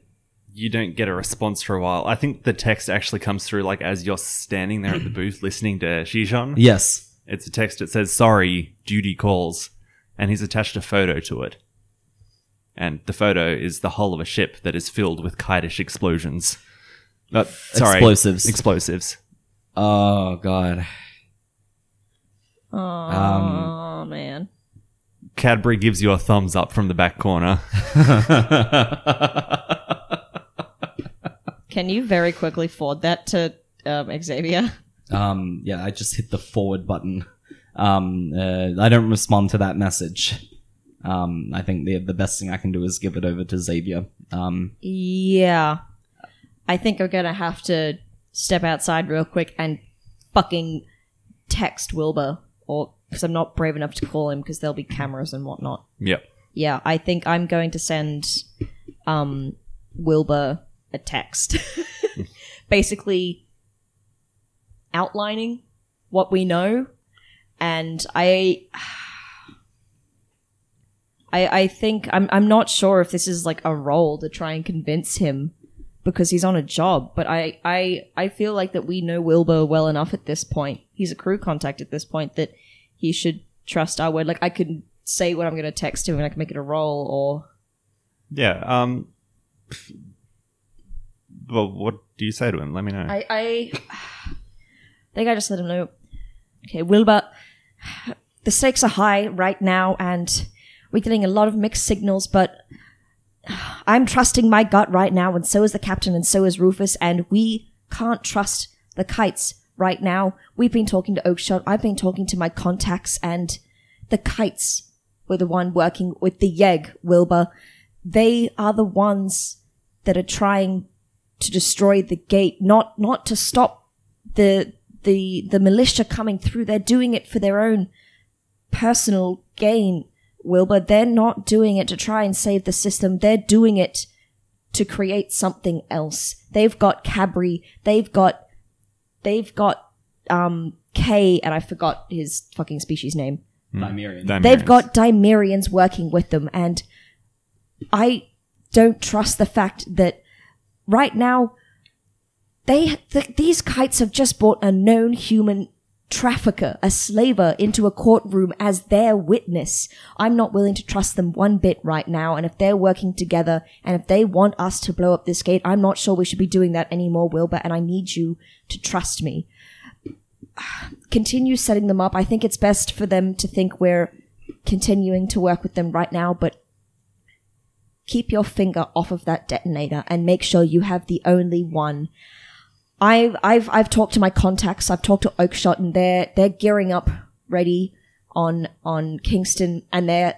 S2: you don't get a response for a while. I think the text actually comes through like as you're standing there at the booth listening to Shijan.
S1: Yes.
S2: It's a text that says, Sorry, duty calls. And he's attached a photo to it. And the photo is the hull of a ship that is filled with kitish explosions. Uh, sorry.
S1: Explosives.
S2: Explosives.
S1: Oh god.
S5: Oh
S4: Um,
S5: man.
S2: Cadbury gives you a thumbs up from the back corner.
S3: Can you very quickly forward that to um, Xavier?
S1: Um, yeah, I just hit the forward button. Um, uh, I don't respond to that message. Um, I think the the best thing I can do is give it over to Xavier. Um,
S3: Yeah. I think I'm gonna have to step outside real quick and fucking text Wilbur, or because I'm not brave enough to call him because there'll be cameras and whatnot.
S2: yep.
S3: Yeah, I think I'm going to send um, Wilbur a text, basically outlining what we know, and I. I, I think I'm I'm not sure if this is like a role to try and convince him because he's on a job, but I, I I feel like that we know Wilbur well enough at this point. He's a crew contact at this point that he should trust our word. Like I could say what I'm gonna text him and I can make it a roll or
S2: Yeah. Um. Well, what do you say to him? Let me know.
S3: I, I think I just let him know. Okay, Wilbur, the stakes are high right now, and we're getting a lot of mixed signals, but I'm trusting my gut right now, and so is the captain, and so is Rufus, and we can't trust the kites right now. We've been talking to Oakshot, I've been talking to my contacts, and the kites were the one working with the Yeg, Wilbur. They are the ones that are trying to destroy the gate, not not to stop the the the militia coming through. They're doing it for their own personal gain, Wilbur. They're not doing it to try and save the system. They're doing it to create something else. They've got Cabri, they've got they've got um Kay and I forgot his fucking species name.
S2: Hmm.
S1: Dimerian.
S2: Dimerians.
S3: They've got Dimerians working with them, and I don't trust the fact that right now they th- these kites have just brought a known human trafficker, a slaver, into a courtroom as their witness. I'm not willing to trust them one bit right now, and if they're working together and if they want us to blow up this gate, I'm not sure we should be doing that anymore, Wilbur, and I need you to trust me continue setting them up. I think it's best for them to think we're continuing to work with them right now, but keep your finger off of that detonator and make sure you have the only one. I've I've I've talked to my contacts, I've talked to Oakshot and they're they're gearing up ready on on Kingston and they're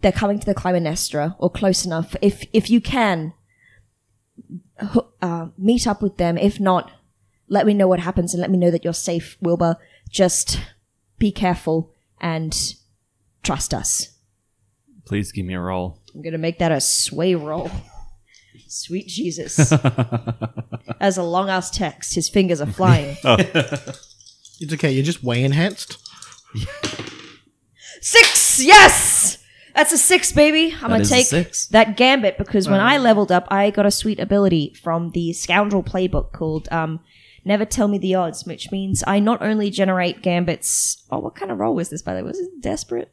S3: they're coming to the Climanestra or close enough. If if you can h- uh, meet up with them, if not, let me know what happens and let me know that you're safe, Wilbur. Just be careful and trust us.
S2: Please give me a roll.
S3: I'm going to make that a sway roll. Sweet Jesus. As a long ass text, his fingers are flying.
S4: It's okay. You're just way enhanced.
S3: six! Yes! That's a six, baby.
S1: That
S3: I'm going to
S1: is a
S3: take
S1: six.
S3: that gambit because when I leveled up, I got a sweet ability from the Scoundrel playbook called um, Never Tell Me the Odds, which means I not only generate gambits. Oh, what kind of roll was this, by the way? Was it desperate?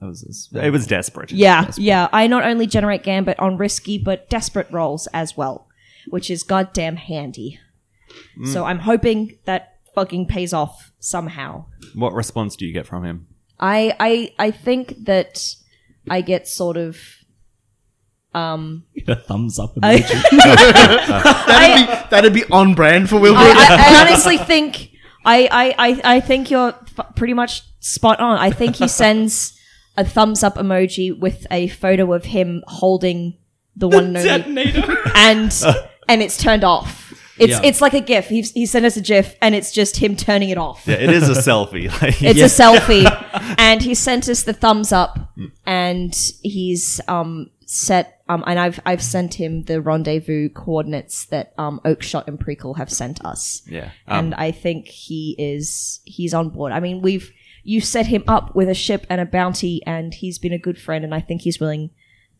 S1: That was his-
S2: It was desperate.
S3: Yeah, yeah. I not only generate gambit on risky but desperate rolls as well, which is goddamn handy. So I'm hoping that fucking pays off somehow.
S2: What response do you get from him?
S3: I I I think that I get sort of
S1: a thumbs up emoji.
S4: That'd be that'd be on brand for Wilbur.
S3: I, I, I honestly think I, I, I, I think you're f- pretty much spot on. I think he sends a thumbs up emoji with a photo of him holding the one known and and it's turned off. It's
S1: Yeah.
S3: it's like a GIF. He he sent us a GIF and it's just him turning it off.
S2: Yeah, it is a selfie. Like,
S3: It's a selfie, and he sent us the thumbs up, and he's um set um and I've I've sent him the rendezvous coordinates that um Oakshot and Prequel have sent us
S2: yeah. Uh,
S6: Um,
S3: and I think he is he's on board. I mean, we've you set him up with a ship and a bounty, and he's been a good friend, and I think he's willing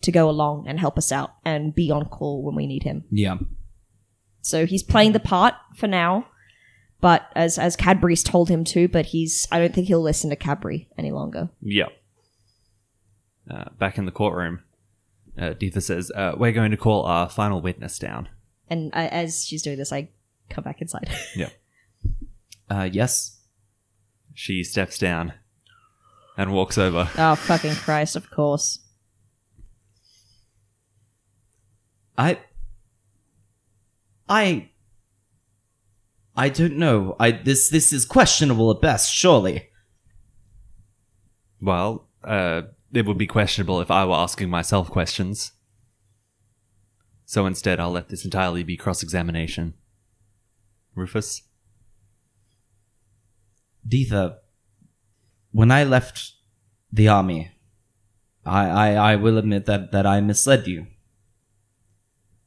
S3: to go along and help us out and be on call when we need him.
S1: yeah.
S3: So he's playing the part for now, but as as Cadbury's told him to, but he's I don't think he'll listen to Cadbury any longer.
S2: Yep. Uh, back in the courtroom, uh, Deetha says, uh, We're going to call our final witness down.
S3: And I, as she's doing this, I come back inside.
S2: Yep.
S1: Uh, yes.
S2: She steps down and walks over.
S6: Oh, fucking Christ, of course.
S1: I I I don't know. I this this is questionable at best, surely.
S2: Well, uh, it would be questionable if I were asking myself questions. So instead, I'll let this entirely be cross examination. Rufus?
S1: Deetha, when I left the army, I, I, I will admit that, that I misled you.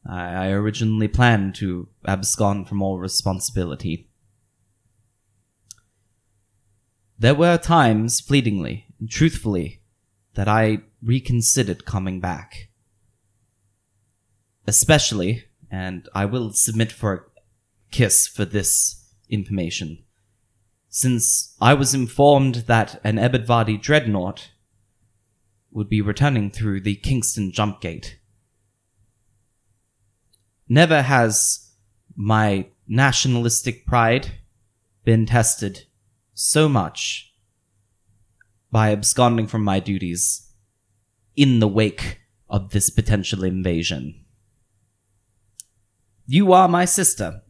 S1: I, I originally planned to abscond from all responsibility. There were times, fleetingly, and truthfully, that I reconsidered coming back. Especially, and I will submit for a kiss for this information since I was informed that an Ebedvadi dreadnought would be returning through the Kingston jump gate. Never has my nationalistic pride been tested so much by absconding from my duties in the wake of this potential invasion. You are my sister,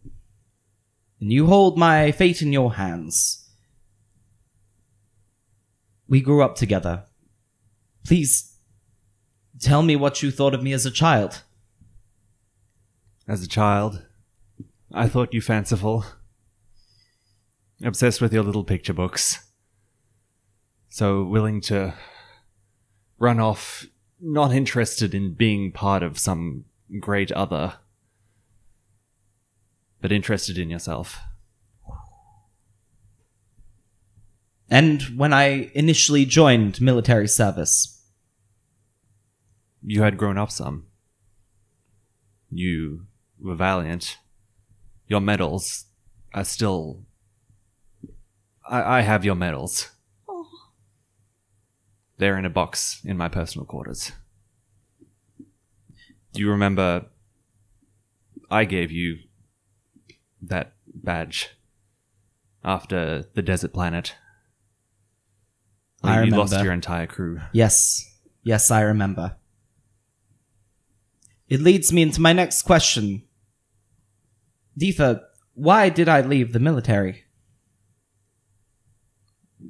S1: and you hold my fate in your hands. We grew up together. Please tell me what you thought of me as a child.
S2: As a child, I thought you fanciful, obsessed with your little picture books, so willing to run off, not interested in being part of some great other, but interested in yourself.
S1: And when I initially joined military service,
S2: You had grown up some. You were valiant. Your medals are still. I, I have your medals. They're in a box in my personal quarters. Do you remember I gave you that badge after the desert planet?
S1: I
S2: you lost
S1: remember.
S2: your entire crew.
S1: yes, yes, I remember. It leads me into my next question. Deetha, why did I leave the military?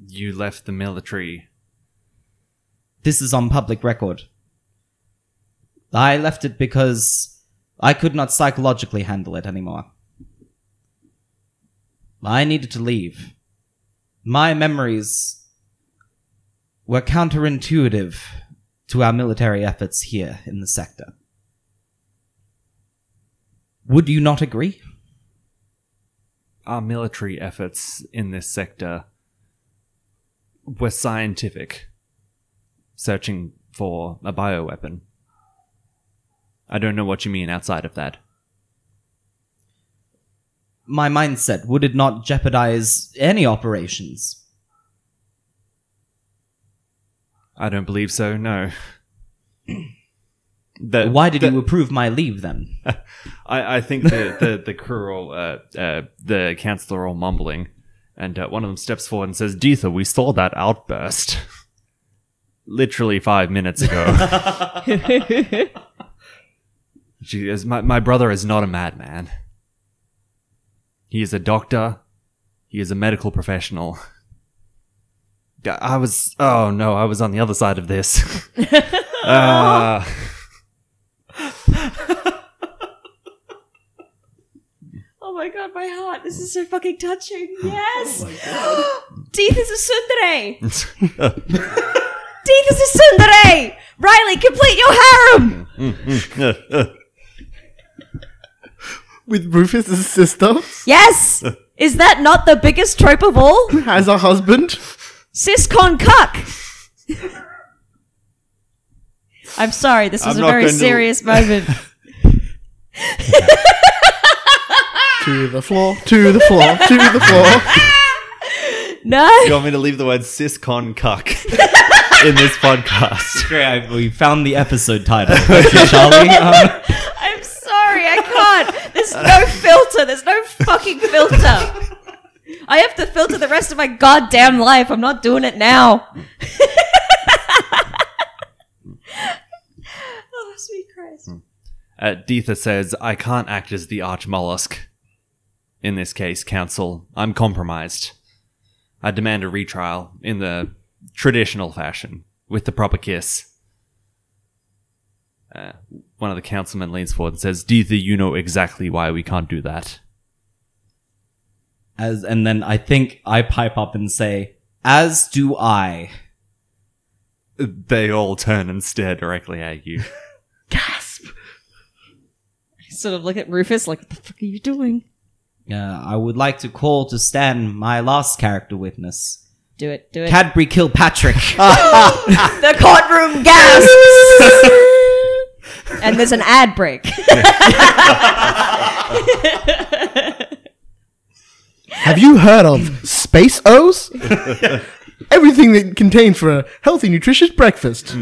S2: You left the military
S1: This is on public record. I left it because I could not psychologically handle it anymore. I needed to leave. My memories were counterintuitive to our military efforts here in the sector. Would you not agree?
S2: our uh, military efforts in this sector were scientific, searching for a bioweapon. I don't know what you mean outside of that.
S1: My mindset, would it not jeopardize any operations?
S2: I don't believe so, no. The-
S1: Why did
S2: the-
S1: you approve my leave then?
S2: I, I think the, the, the crew are all, uh, uh, the counselor are all mumbling, and uh, one of them steps forward and says, Deetha, we saw that outburst. Literally five minutes ago. She is my, my brother is not a madman. He is a doctor. He is a medical professional. Yeah, I was oh no, I was on the other side of this. Ah.
S6: Oh my god, my heart. This is so fucking touching.
S2: Oh
S6: Yes! Deeth is a tsundere! Deeth is a tsundere! Riley, complete your harem!
S4: With Rufus's sister
S6: Yes! Is that not the biggest trope of all?
S4: as a husband.
S6: Siscon cuck! I'm sorry, this was
S2: I'm
S6: a
S2: not
S6: very
S2: going to-
S6: serious moment.
S4: To the floor. To the floor. To the floor.
S6: No!
S2: you want me to leave the word siscon cuck in this podcast?
S1: Great, I- we found the episode title, shall we? Um,
S6: I'm sorry, I can't. There's no filter. There's no fucking filter.
S3: I have to filter the rest of my goddamn life. I'm not doing it now. oh, sweet Christ.
S2: Uh, Deetha says, I can't act as the arch mollusk. In this case, counsel, I'm compromised. I demand a retrial in the traditional fashion, with the proper kiss. Uh, one of the councilmen leans forward and says, Deetha, you know exactly why we can't do that.
S1: As and then I think I pipe up and say, "As do I."
S2: They all turn and stare directly at you.
S3: Sort of look at Rufus like, what the fuck are you doing?
S1: Uh, I would like to call to stand my last character witness,
S3: Do it, do it.
S1: Cadbury Kilpatrick. Ah,
S3: the courtroom gasps. and there's an ad break.
S4: Have you heard of space O's? Everything that contained for a healthy, nutritious breakfast.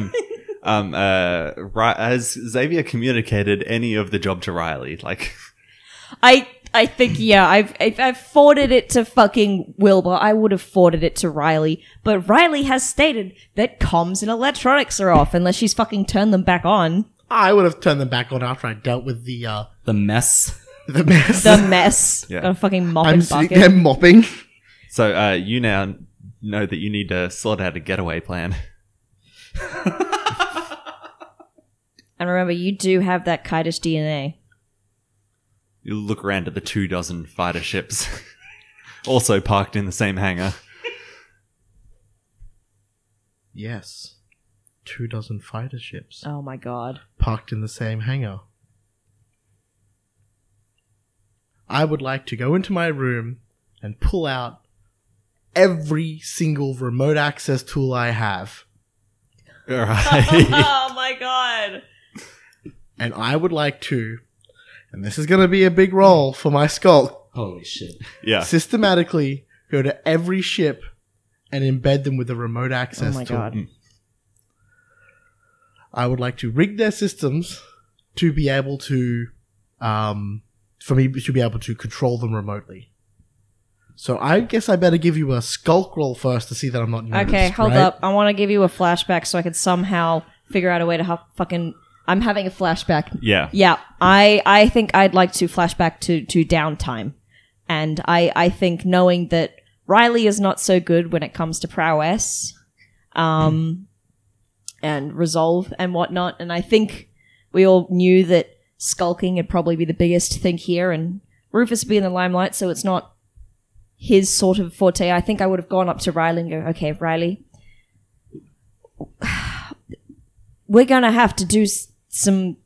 S2: um, uh, Ri- has Xavier communicated any of the job to Riley? Like,
S3: I I think yeah, I've if I've forwarded it to fucking Wilbur, I would have forwarded it to Riley, but Riley has stated that comms and electronics are off unless she's fucking turned them back on.
S4: I would have turned them back on after I dealt with the uh,
S1: the mess.
S4: the mess.
S3: The mess.
S2: Yeah.
S3: Got a fucking mop
S4: I'm
S3: and
S4: sitting
S3: bucket.
S4: there mopping.
S2: so uh, you now know that you need to sort out a getaway plan.
S3: And remember, you do have that Kaidish DNA.
S2: You look around at the two dozen fighter ships, also parked in the same hangar.
S4: Yes, two dozen fighter ships
S3: Oh my god.
S4: parked in the same hangar. I would like to go into my room and pull out every single remote access tool I have.
S2: All right.
S3: oh my god.
S4: and I would like to, and this is going to be a big role for my skull,
S1: Holy shit!
S2: yeah.
S4: systematically go to every ship and embed them with a remote access
S3: Oh my
S4: tool.
S3: God.
S4: I would like to rig their systems to be able to, um, for me to be able to control them remotely. So I guess I better give you a skulk roll first to see that I'm not. Noticed,
S3: Okay, hold
S4: right?
S3: up. I want to give you a flashback so I can somehow figure out a way to help fucking. I'm having a flashback.
S2: Yeah.
S3: Yeah, I I think I'd like to flashback to to downtime, and I I think knowing that Riley is not so good when it comes to prowess, um, and resolve and whatnot, and I think we all knew that skulking would probably be the biggest thing here, and Rufus would be in the limelight, so it's not his sort of forte. I think I would have gone up to Riley and go, okay, Riley, we're gonna have to do s- some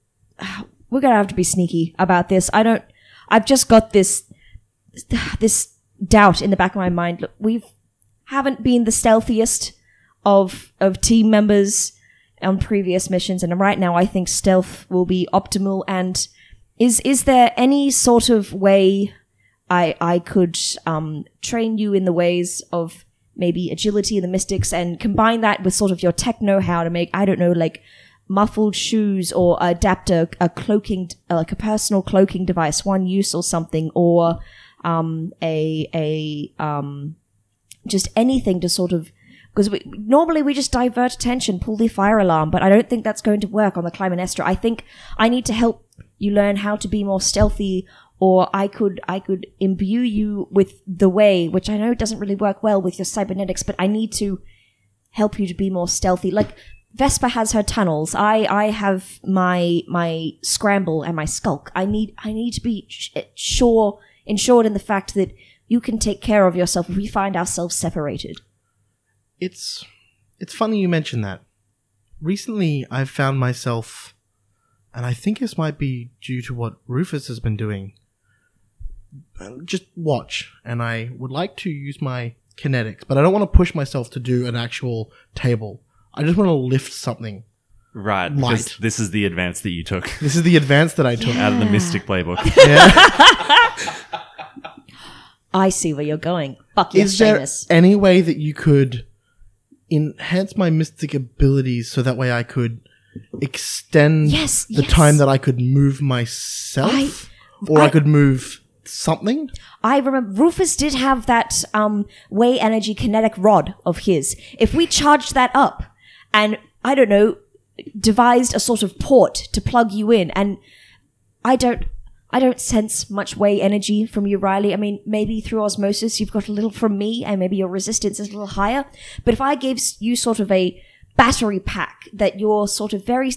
S3: we're gonna have to be sneaky about this. I don't. I've just got this this doubt in the back of my mind. Look, we haven't been the stealthiest of of team members on previous missions, and right now I think stealth will be optimal. And is is there any sort of way I I could um, train you in the ways of maybe agility in the mystics and combine that with sort of your tech know-how to make I don't know like muffled shoes or adapt a, a cloaking uh, like a personal cloaking device one use or something or um, a a um, just anything to sort of because we, normally we just divert attention pull the fire alarm but I don't think that's going to work on the Climanestra I think I need to help you learn how to be more stealthy or I could I could imbue you with the way which I know doesn't really work well with your cybernetics but I need to help you to be more stealthy. Like Vespa has her tunnels. I I have my my scramble and my skulk. I need I need to be sh- eh, sure insured in the fact that you can take care of yourself if we find ourselves separated.
S4: it's it's funny you mention that. Recently, I've found myself, and I think this might be due to what Rufus has been doing. um, Just watch, and I would like to use my kinetics, but I don't want to push myself to do an actual table. I just want to lift something.
S2: Right.
S4: Light.
S2: This, this is the advance that you took
S4: This is the advance that I took.
S2: out of the Mystic playbook.
S3: I see where you're going. Fuck yes,
S4: is there
S3: Seamus.
S4: any way that you could enhance my mystic abilities so that way I could extend
S3: Yes,
S4: the
S3: yes.
S4: time that I could move myself
S3: I-
S4: or I,
S3: I-
S4: could move something.
S3: I remember Rufus did have that um, way energy kinetic rod of his. If we charged that up and, I don't know, devised a sort of port to plug you in, and I don't. I don't sense much way energy from you, Riley. I mean, maybe through osmosis you've got a little from me, and maybe your resistance is a little higher. But if I gave s- you sort of a battery pack that your sort of very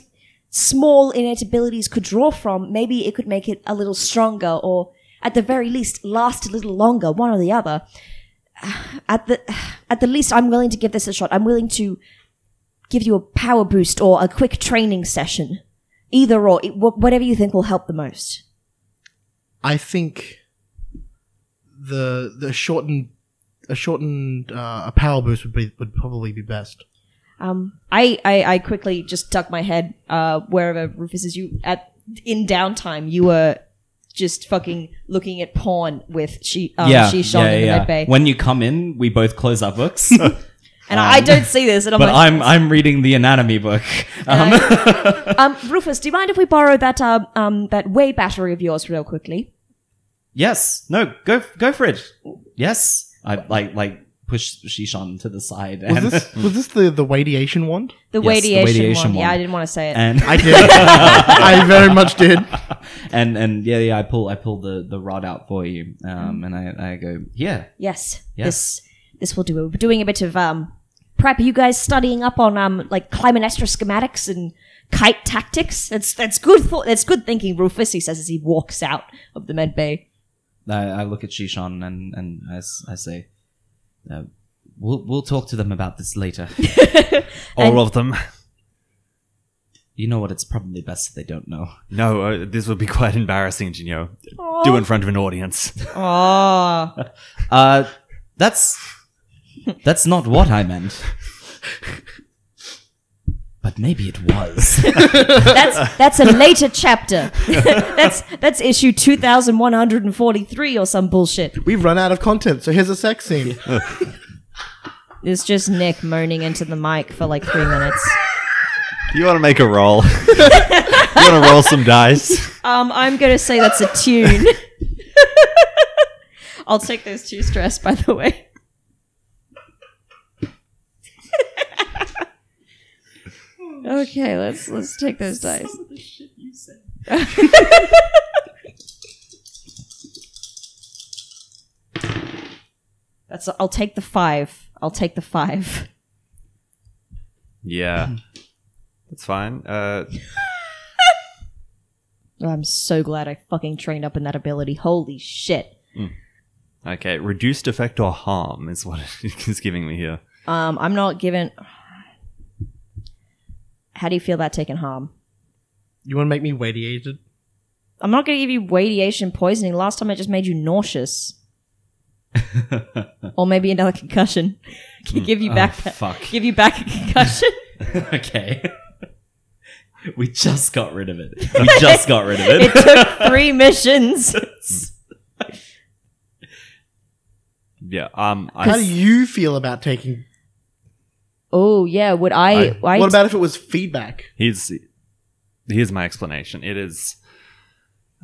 S3: small innate abilities could draw from, maybe it could make it a little stronger, or at the very least last a little longer, one or the other. At the at the least, I'm willing to give this a shot. I'm willing to give you a power boost or a quick training session, either or, it- wh- whatever you think will help the most.
S4: I think the the shortened a shortened uh, a power boost would be would probably be best.
S3: Um, I, I, I quickly just duck my head uh, wherever Rufus is. You at in downtime, you were just fucking looking at porn with she um,
S1: yeah,
S3: she shone
S1: yeah,
S3: in the
S1: yeah.
S3: Red Bay,
S1: When you come in, we both close our books,
S3: and I I don't see this. And I'm
S1: Um, but
S3: like,
S1: I'm I'm reading the anatomy book. Uh,
S3: um, Rufus, do you mind if we borrow that um, um that way battery of yours real quickly?
S1: Yes. No. Go go for it. Yes. I like like push Shishan to the side
S4: Was
S1: and
S4: this was this the the radiation wand?
S3: The
S1: Yes, the
S3: radiation,
S1: radiation
S3: one. Yeah,
S1: one.
S3: I didn't want to say it.
S1: and
S4: I did. I very much did.
S1: and and yeah yeah I pull I pull the the rod out for you um and I I go yeah
S3: Mm. yes,
S1: Yes.
S3: This this will do. it. We're doing a bit of um prep. Are you guys studying up on um like Clymenestra schematics and kite tactics? That's that's good thought. That's good thinking, Rufus. He says as he walks out of the med bay.
S1: I, I look at Shishan and and I, s- I say uh, we'll we'll talk to them about this later.
S2: All of them.
S1: you know what? It's probably best if they don't know.
S2: No, uh, this would be quite embarrassing to you know, do in front of an audience.
S3: Oh,
S1: Uh, that's that's not what I meant. But maybe it was.
S3: that's that's a later chapter. that's that's issue two thousand one hundred and forty three or some bullshit.
S4: We've run out of content, so here's a sex scene.
S3: It's just Nick moaning into the mic for like three minutes.
S2: You want to make a roll? you want to roll some dice?
S3: Um, I'm gonna say that's a tune. I'll take those two stress, by the way. okay, let's let's take those dice. That's. I'll take the five. I'll take the five.
S2: Yeah, that's fine. Uh,
S3: Oh, I'm so glad I fucking trained up in that ability. Holy shit.
S2: okay, reduced effect or harm is what it is giving me here.
S3: Um, I'm not given. How do you feel about taking harm?
S4: You want to make me radiated?
S3: I'm not going to give you radiation poisoning. Last time I just made you nauseous. or maybe another concussion. Can give you back.
S1: Oh, fuck.
S3: Give you back a concussion.
S1: okay. We just got rid of it. We just got rid of
S3: it
S1: it.
S3: took three missions.
S2: Yeah. Um.
S4: How
S2: I,
S4: do you feel about taking?
S3: Oh yeah, would I? I,
S4: What about if it was feedback?
S2: here's here's my explanation. It is.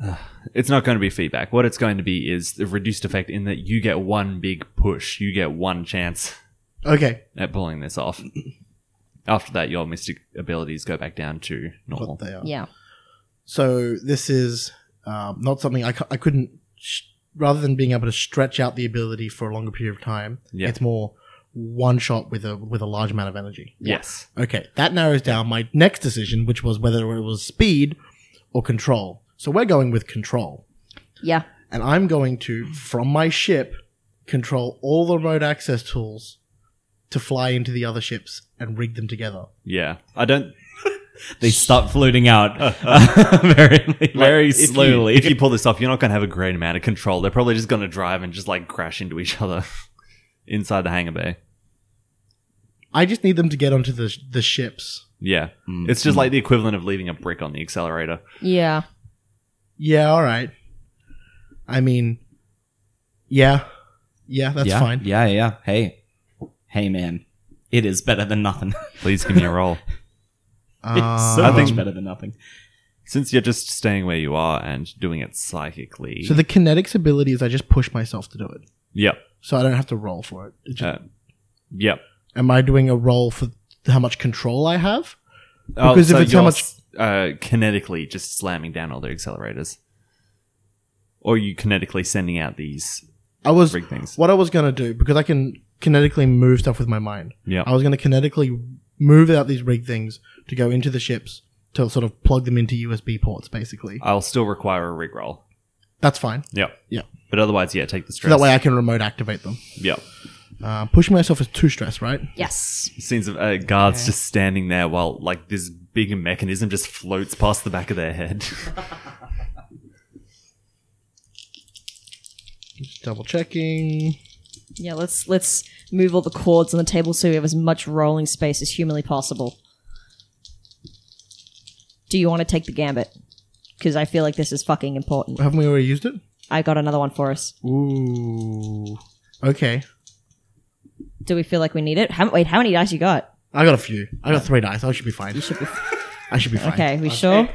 S2: uh, it's not going to be feedback. What it's going to be is the reduced effect in that you get one big push. You get one chance
S4: Okay,
S2: at pulling this off. After that, your mystic abilities go back down to normal.
S4: what they are.
S3: yeah.
S4: So this is um, not something I, cou- I couldn't. Sh- rather than being able to stretch out the ability for a longer period of time,
S2: Yeah.
S4: it's more one shot with a with a large amount of energy.
S2: Yes.
S4: Okay, that narrows down my next decision, which was whether it was speed or control. So we're going with control,
S3: Yeah.
S4: and I'm going to from my ship control all the remote access tools to fly into the other ships and rig them together.
S2: Yeah. I don't.
S1: They start floating out very, very
S2: Like, if you-
S1: slowly.
S2: if you pull this off, you're not going to have a great amount of control. They're probably just going to drive and just like crash into each other inside the hangar bay.
S4: I just need them to get onto the sh- the ships.
S2: Yeah. It's
S1: Hmm.
S2: just like the equivalent of leaving a brick on the accelerator.
S3: Yeah.
S4: Yeah, all right. I mean, yeah, yeah, that's
S1: yeah,
S4: fine.
S1: Yeah, yeah. Hey, hey, man, it is better than nothing.
S2: Please give me a roll.
S1: it's so
S4: Um,
S1: much better than nothing.
S2: Since you're just staying where you are and doing it psychically.
S4: So the kinetics ability is I just push myself to do it.
S2: yep.
S4: So I don't have to roll for it. It's just-
S2: Uh, yep.
S4: am I doing a roll for how much control I have?
S2: Oh,
S4: Because if it's how
S2: you're
S4: much-
S2: s- uh, kinetically just slamming down all the accelerators, or you kinetically sending out these
S4: I was
S2: rig things.
S4: what I was gonna do because I can kinetically move stuff with my mind.
S2: Yep.
S4: I was gonna kinetically move out these rig things to go into the ships to sort of plug them into USB ports. Basically,
S2: I'll still require a rig roll.
S4: that's fine.
S2: Yep.
S4: Yep.
S2: But otherwise, yeah, take the
S4: So
S2: stress.
S4: that way I can remote activate them.
S2: yep.
S4: Uh, pushing myself is too stress, right?
S6: Yes.
S2: Scenes of uh, guards just standing there while like this big mechanism just floats past the back of their head.
S4: Just double checking.
S6: Yeah, let's let's move all the cords on the table so we have as much rolling space as humanly possible. Do you want to take the gambit? Because I feel like this is fucking important.
S4: Haven't we already used it?
S6: I got another one for us.
S4: Ooh. Okay.
S6: Do we feel like we need it? How, wait, how many dice you got?
S4: I got a few. I got three dice. I should be fine. I should be fine.
S6: Okay, we sure?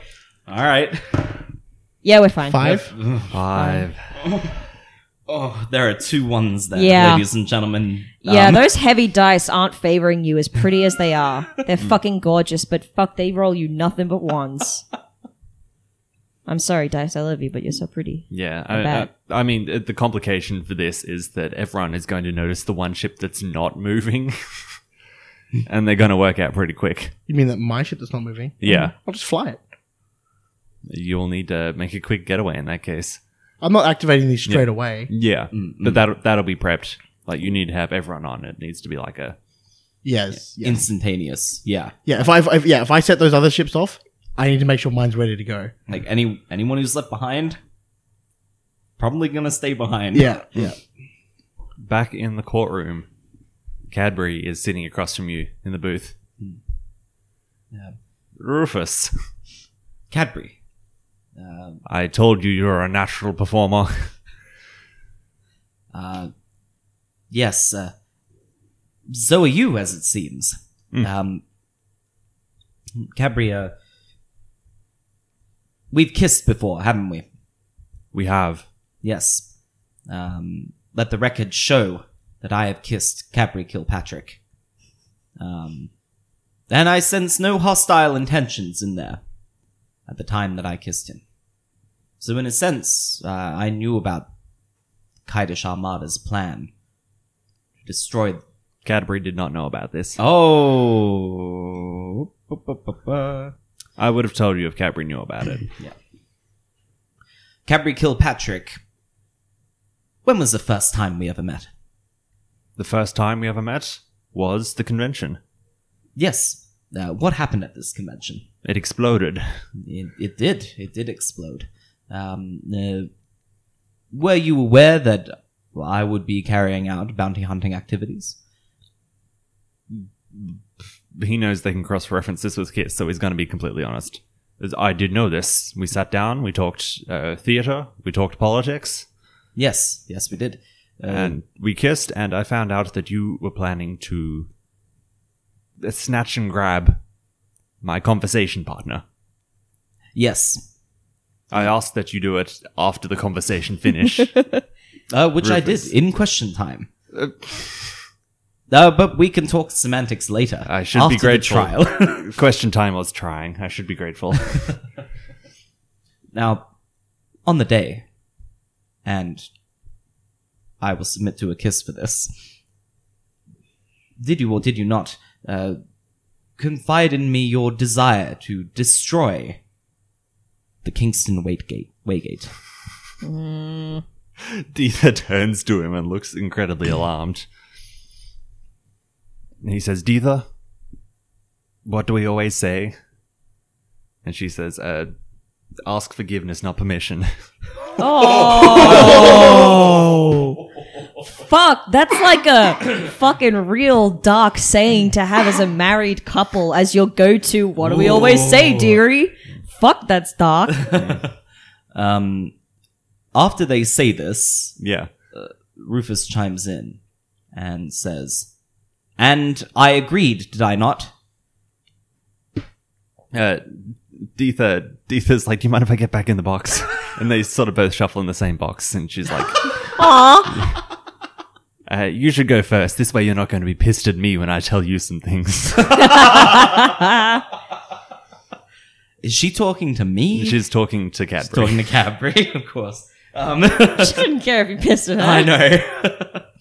S1: All right.
S6: Yeah, we're fine.
S4: Five.
S2: Five.
S1: Oh, there are two ones there,
S6: Yeah.
S1: ladies and gentlemen.
S6: Yeah,
S1: Um,
S6: those heavy dice aren't favoring you as pretty as they are. They're fucking gorgeous, but fuck, they roll you nothing but ones. I'm sorry, dice. I love you, but you're so pretty.
S2: Yeah, I,
S6: bad.
S2: I, I mean uh, the complication for this is that everyone is going to notice the one ship that's not moving, and they're going to work out pretty quick.
S4: You mean that my ship that's not moving? Mm-hmm.
S2: Yeah,
S4: I'll just fly it.
S2: you'll need to make a quick getaway in that case.
S4: I'm not activating these straight away.
S2: Yeah, but that that'll be prepped. Like you need to have everyone on. It needs to be like a
S4: Yes. Yeah.
S1: instantaneous. Yeah.
S4: yeah. If I if, yeah if I set those other ships off, I need to make sure mine's ready to go.
S1: Like any anyone who's left behind, probably gonna stay behind.
S4: Yeah. Yeah.
S2: back in the courtroom. Cadbury is sitting across from you in the booth.
S1: Yeah.
S2: Rufus,
S1: Cadbury. Um,
S2: I told you you're a natural performer.
S1: Uh, yes, uh, so are you, as it seems. Um, Cabria, we've kissed before, haven't we?
S2: we have
S1: Yes. Um, let the record show that I have kissed Cabri Kilpatrick. Um, and I sense no hostile intentions in there at the time that I kissed him. So, in a sense, uh, I knew about Kaidish Armada's plan to destroy.
S2: Cadbury did not know about this.
S1: oh! Ba-ba-ba-ba.
S2: I would have told you if Cadbury knew about it.
S1: Cabri Kilpatrick, when was the first time we ever met?
S2: The first time we ever met was the convention.
S1: Yes. Uh, what happened at this convention?
S2: It exploded.
S1: It, it did. It did explode. Um, uh, were you aware that I would be carrying out bounty hunting activities?
S2: He knows they can cross reference this with Kiss, so he's going to be completely honest. As I did know this. We sat down, we talked uh, theatre, we talked politics,
S1: Yes. Yes, we did. Uh,
S2: and we kissed, and I found out that you were planning to uh, snatch and grab my conversation partner.
S1: yes.
S2: I asked that you do it after the conversation finished.
S1: Uh, which I did
S2: Rufus.
S1: in question time. Uh, but we can talk semantics later.
S2: I should
S1: after
S2: be grateful.
S1: The trial.
S2: Question time was trying. I should be grateful.
S1: Now, on the day, and I will submit to a kiss for this, did you or did you not uh, confide in me your desire to destroy the Kingston Waygate? Waygate?
S2: Deetha turns to him and looks incredibly alarmed. And he says, Deetha, what do we always say? And she says, uh, ask forgiveness, not permission.
S1: Oh.
S6: Fuck, that's like a fucking real dark saying to have as a married couple as your go to. What do we always say, dearie? Fuck, that's dark.
S1: Um, after they say this,
S2: yeah.
S1: Rufus chimes in and says, And I agreed, did I not?
S2: Uh, Deetha, Deetha's like, do you mind if I get back in the box? And they sort of both shuffle in the same box, and she's like, Uh, you should go first. This way you're not going to be pissed at me when I tell you some things.
S1: Is she talking to me?
S2: She's talking to
S1: She's
S2: Cadbury.
S1: talking to Cadbury, of course. Um,
S3: she didn't care if you pissed at her.
S1: I know.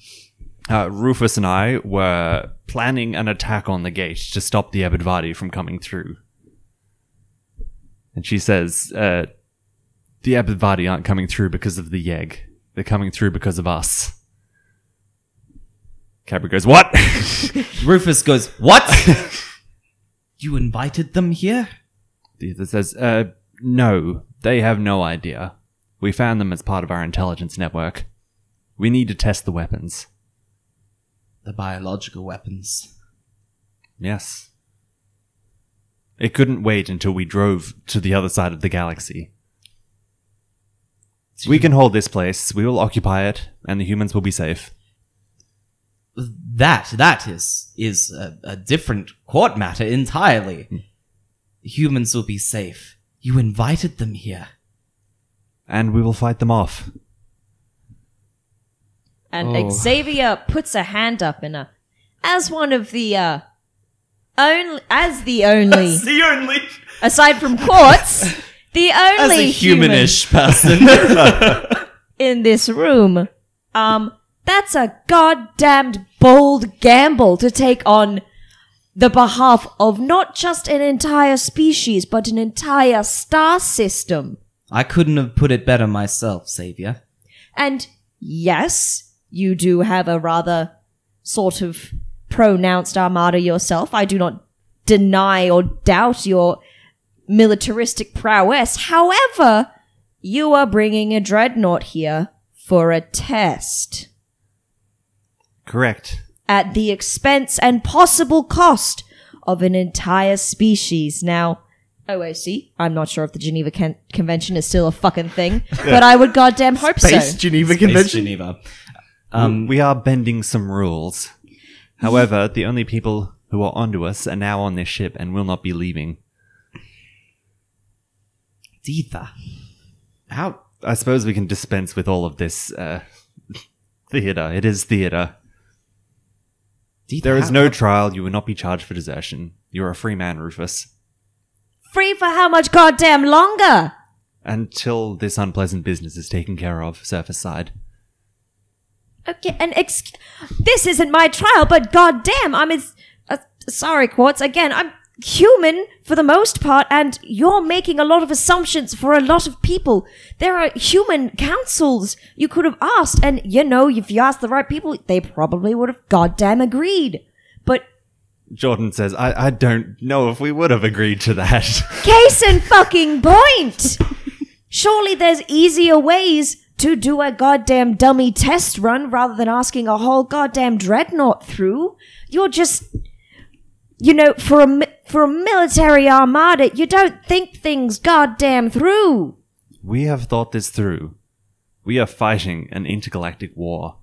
S2: Uh, Rufus and I were planning an attack on the gate to stop the Abadvadi from coming through. And she says, uh, the Abadvadi aren't coming through because of the Yeg. They're coming through because of us. Cadbury goes, what?
S1: Rufus goes, What? you invited them here?
S2: The other says, uh, no, they have no idea. We found them as part of our intelligence network. We need to test the weapons.
S1: The biological weapons.
S2: Yes. It couldn't wait until we drove to the other side of the galaxy. We can hold this place, we will occupy it, and the humans will be safe.
S1: That, that is, is a, a different court matter entirely. Humans will be safe. You invited them here.
S2: And we will fight them off.
S3: And
S1: Oh.
S3: Xavier puts a hand up in a, as one of the, uh, only, as the only,
S1: The only,
S3: aside from quartz, the
S1: as
S3: only
S1: a
S3: human
S1: humanish person.
S3: in this room. Um, that's a goddamned bold gamble to take on the behalf of not just an entire species, but an entire star system.
S1: I couldn't have put it better myself, Savior.
S3: And yes, you do have a rather sort of pronounced armada yourself. I do not deny or doubt your militaristic prowess. However, you are bringing a dreadnought here for a test
S2: Correct.
S3: at the expense and possible cost of an entire species. Now, OOC, I'm not sure if the Geneva Con- Convention is still a fucking thing, but I would goddamn hope
S4: Space
S3: so.
S4: Geneva
S1: Space
S4: Convention.
S1: Geneva.
S2: Um, we are bending some rules. However, the only people who are onto us are now on this ship and will not be leaving.
S1: Deetha. How?
S2: I suppose we can dispense with all of this uh, theater. It is theater.
S1: Deetha,
S2: There is
S1: how-
S2: no trial. You will not be charged for desertion. You're a free man, Rufus.
S3: Free for how much goddamn longer?
S2: Until this unpleasant business is taken care of, surface side.
S3: Okay, and ex- this isn't my trial, but goddamn, I'm as uh, sorry, Quartz. Again, I'm human for the most part, and you're making a lot of assumptions for a lot of people. There are human councils you could have asked, and you know, if you asked the right people, they probably would have goddamn agreed. But
S2: Jordan says, I, I don't know if we would have agreed to that.
S3: case and fucking point. Surely there's easier ways to do a goddamn dummy test run rather than asking a whole goddamn dreadnought through. You're just, you know, for a mi- for a military armada, you don't think things goddamn through.
S2: we have thought this through. We are fighting an intergalactic war.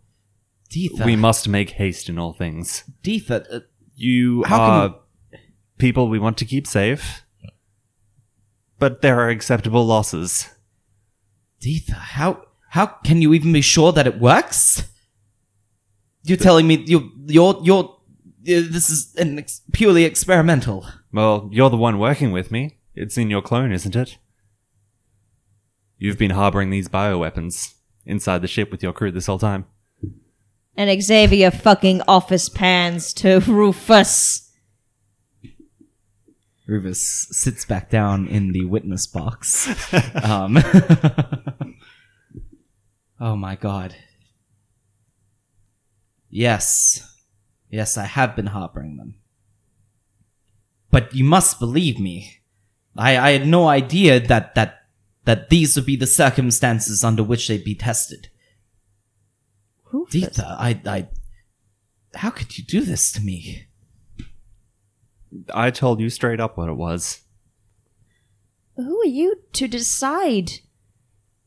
S1: Deetha.
S2: We must make haste in all things.
S1: Deetha. Uh,
S2: You
S1: How
S2: are
S1: can-
S2: people we want to keep safe, but there are acceptable losses.
S1: Deetha, how how can you even be sure that it works? You're telling me you you're you're uh, this is an ex- purely experimental.
S2: Well, you're the one working with me. It's in your clone, isn't it? You've been harboring these bioweapons inside the ship with your crew this whole time.
S3: And Xavier fucking office pans to Rufus.
S1: Rufus sits back down in the witness box. um, oh my god. Yes. Yes, I have been harboring them. But you must believe me. I, I had no idea that, that, that these would be the circumstances under which they'd be tested.
S3: Rufus.
S1: Deetha, I, I, how could you do this to me?
S2: I told you straight up what it was.
S3: Who are you to decide?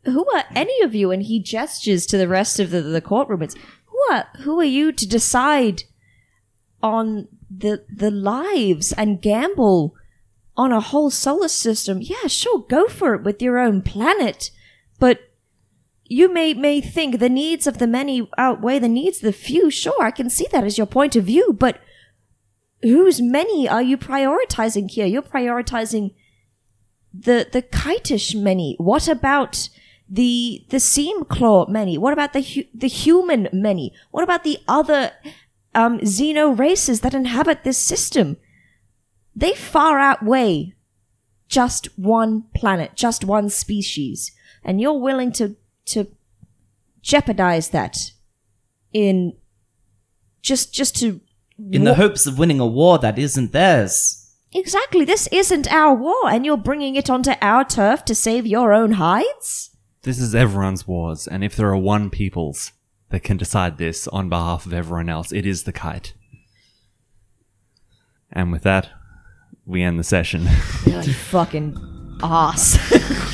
S3: Who are any of you? And he gestures to the rest of the, the courtroom. It's who are who are you to decide on the the lives and gamble on a whole solar system, yeah, sure, go for it with your own planet. But you may may think the needs of the many outweigh the needs of the few. Sure, I can see that as your point of view, but whose many are you prioritizing here? You're prioritizing the the kitish many. What about the the seam claw many? What about the hu- the human many? What about the other um, xeno races that inhabit this system? They far outweigh just one planet, just one species, and you're willing to to jeopardize that in just just to
S1: in the hopes of winning a war that isn't theirs.
S3: Exactly. This isn't our war, and you're bringing it onto our turf to save your own hides?
S2: This is everyone's wars, and if there are one peoples that can decide this on behalf of everyone else, it is the kite. And with that, we end the session.
S3: You fucking ass.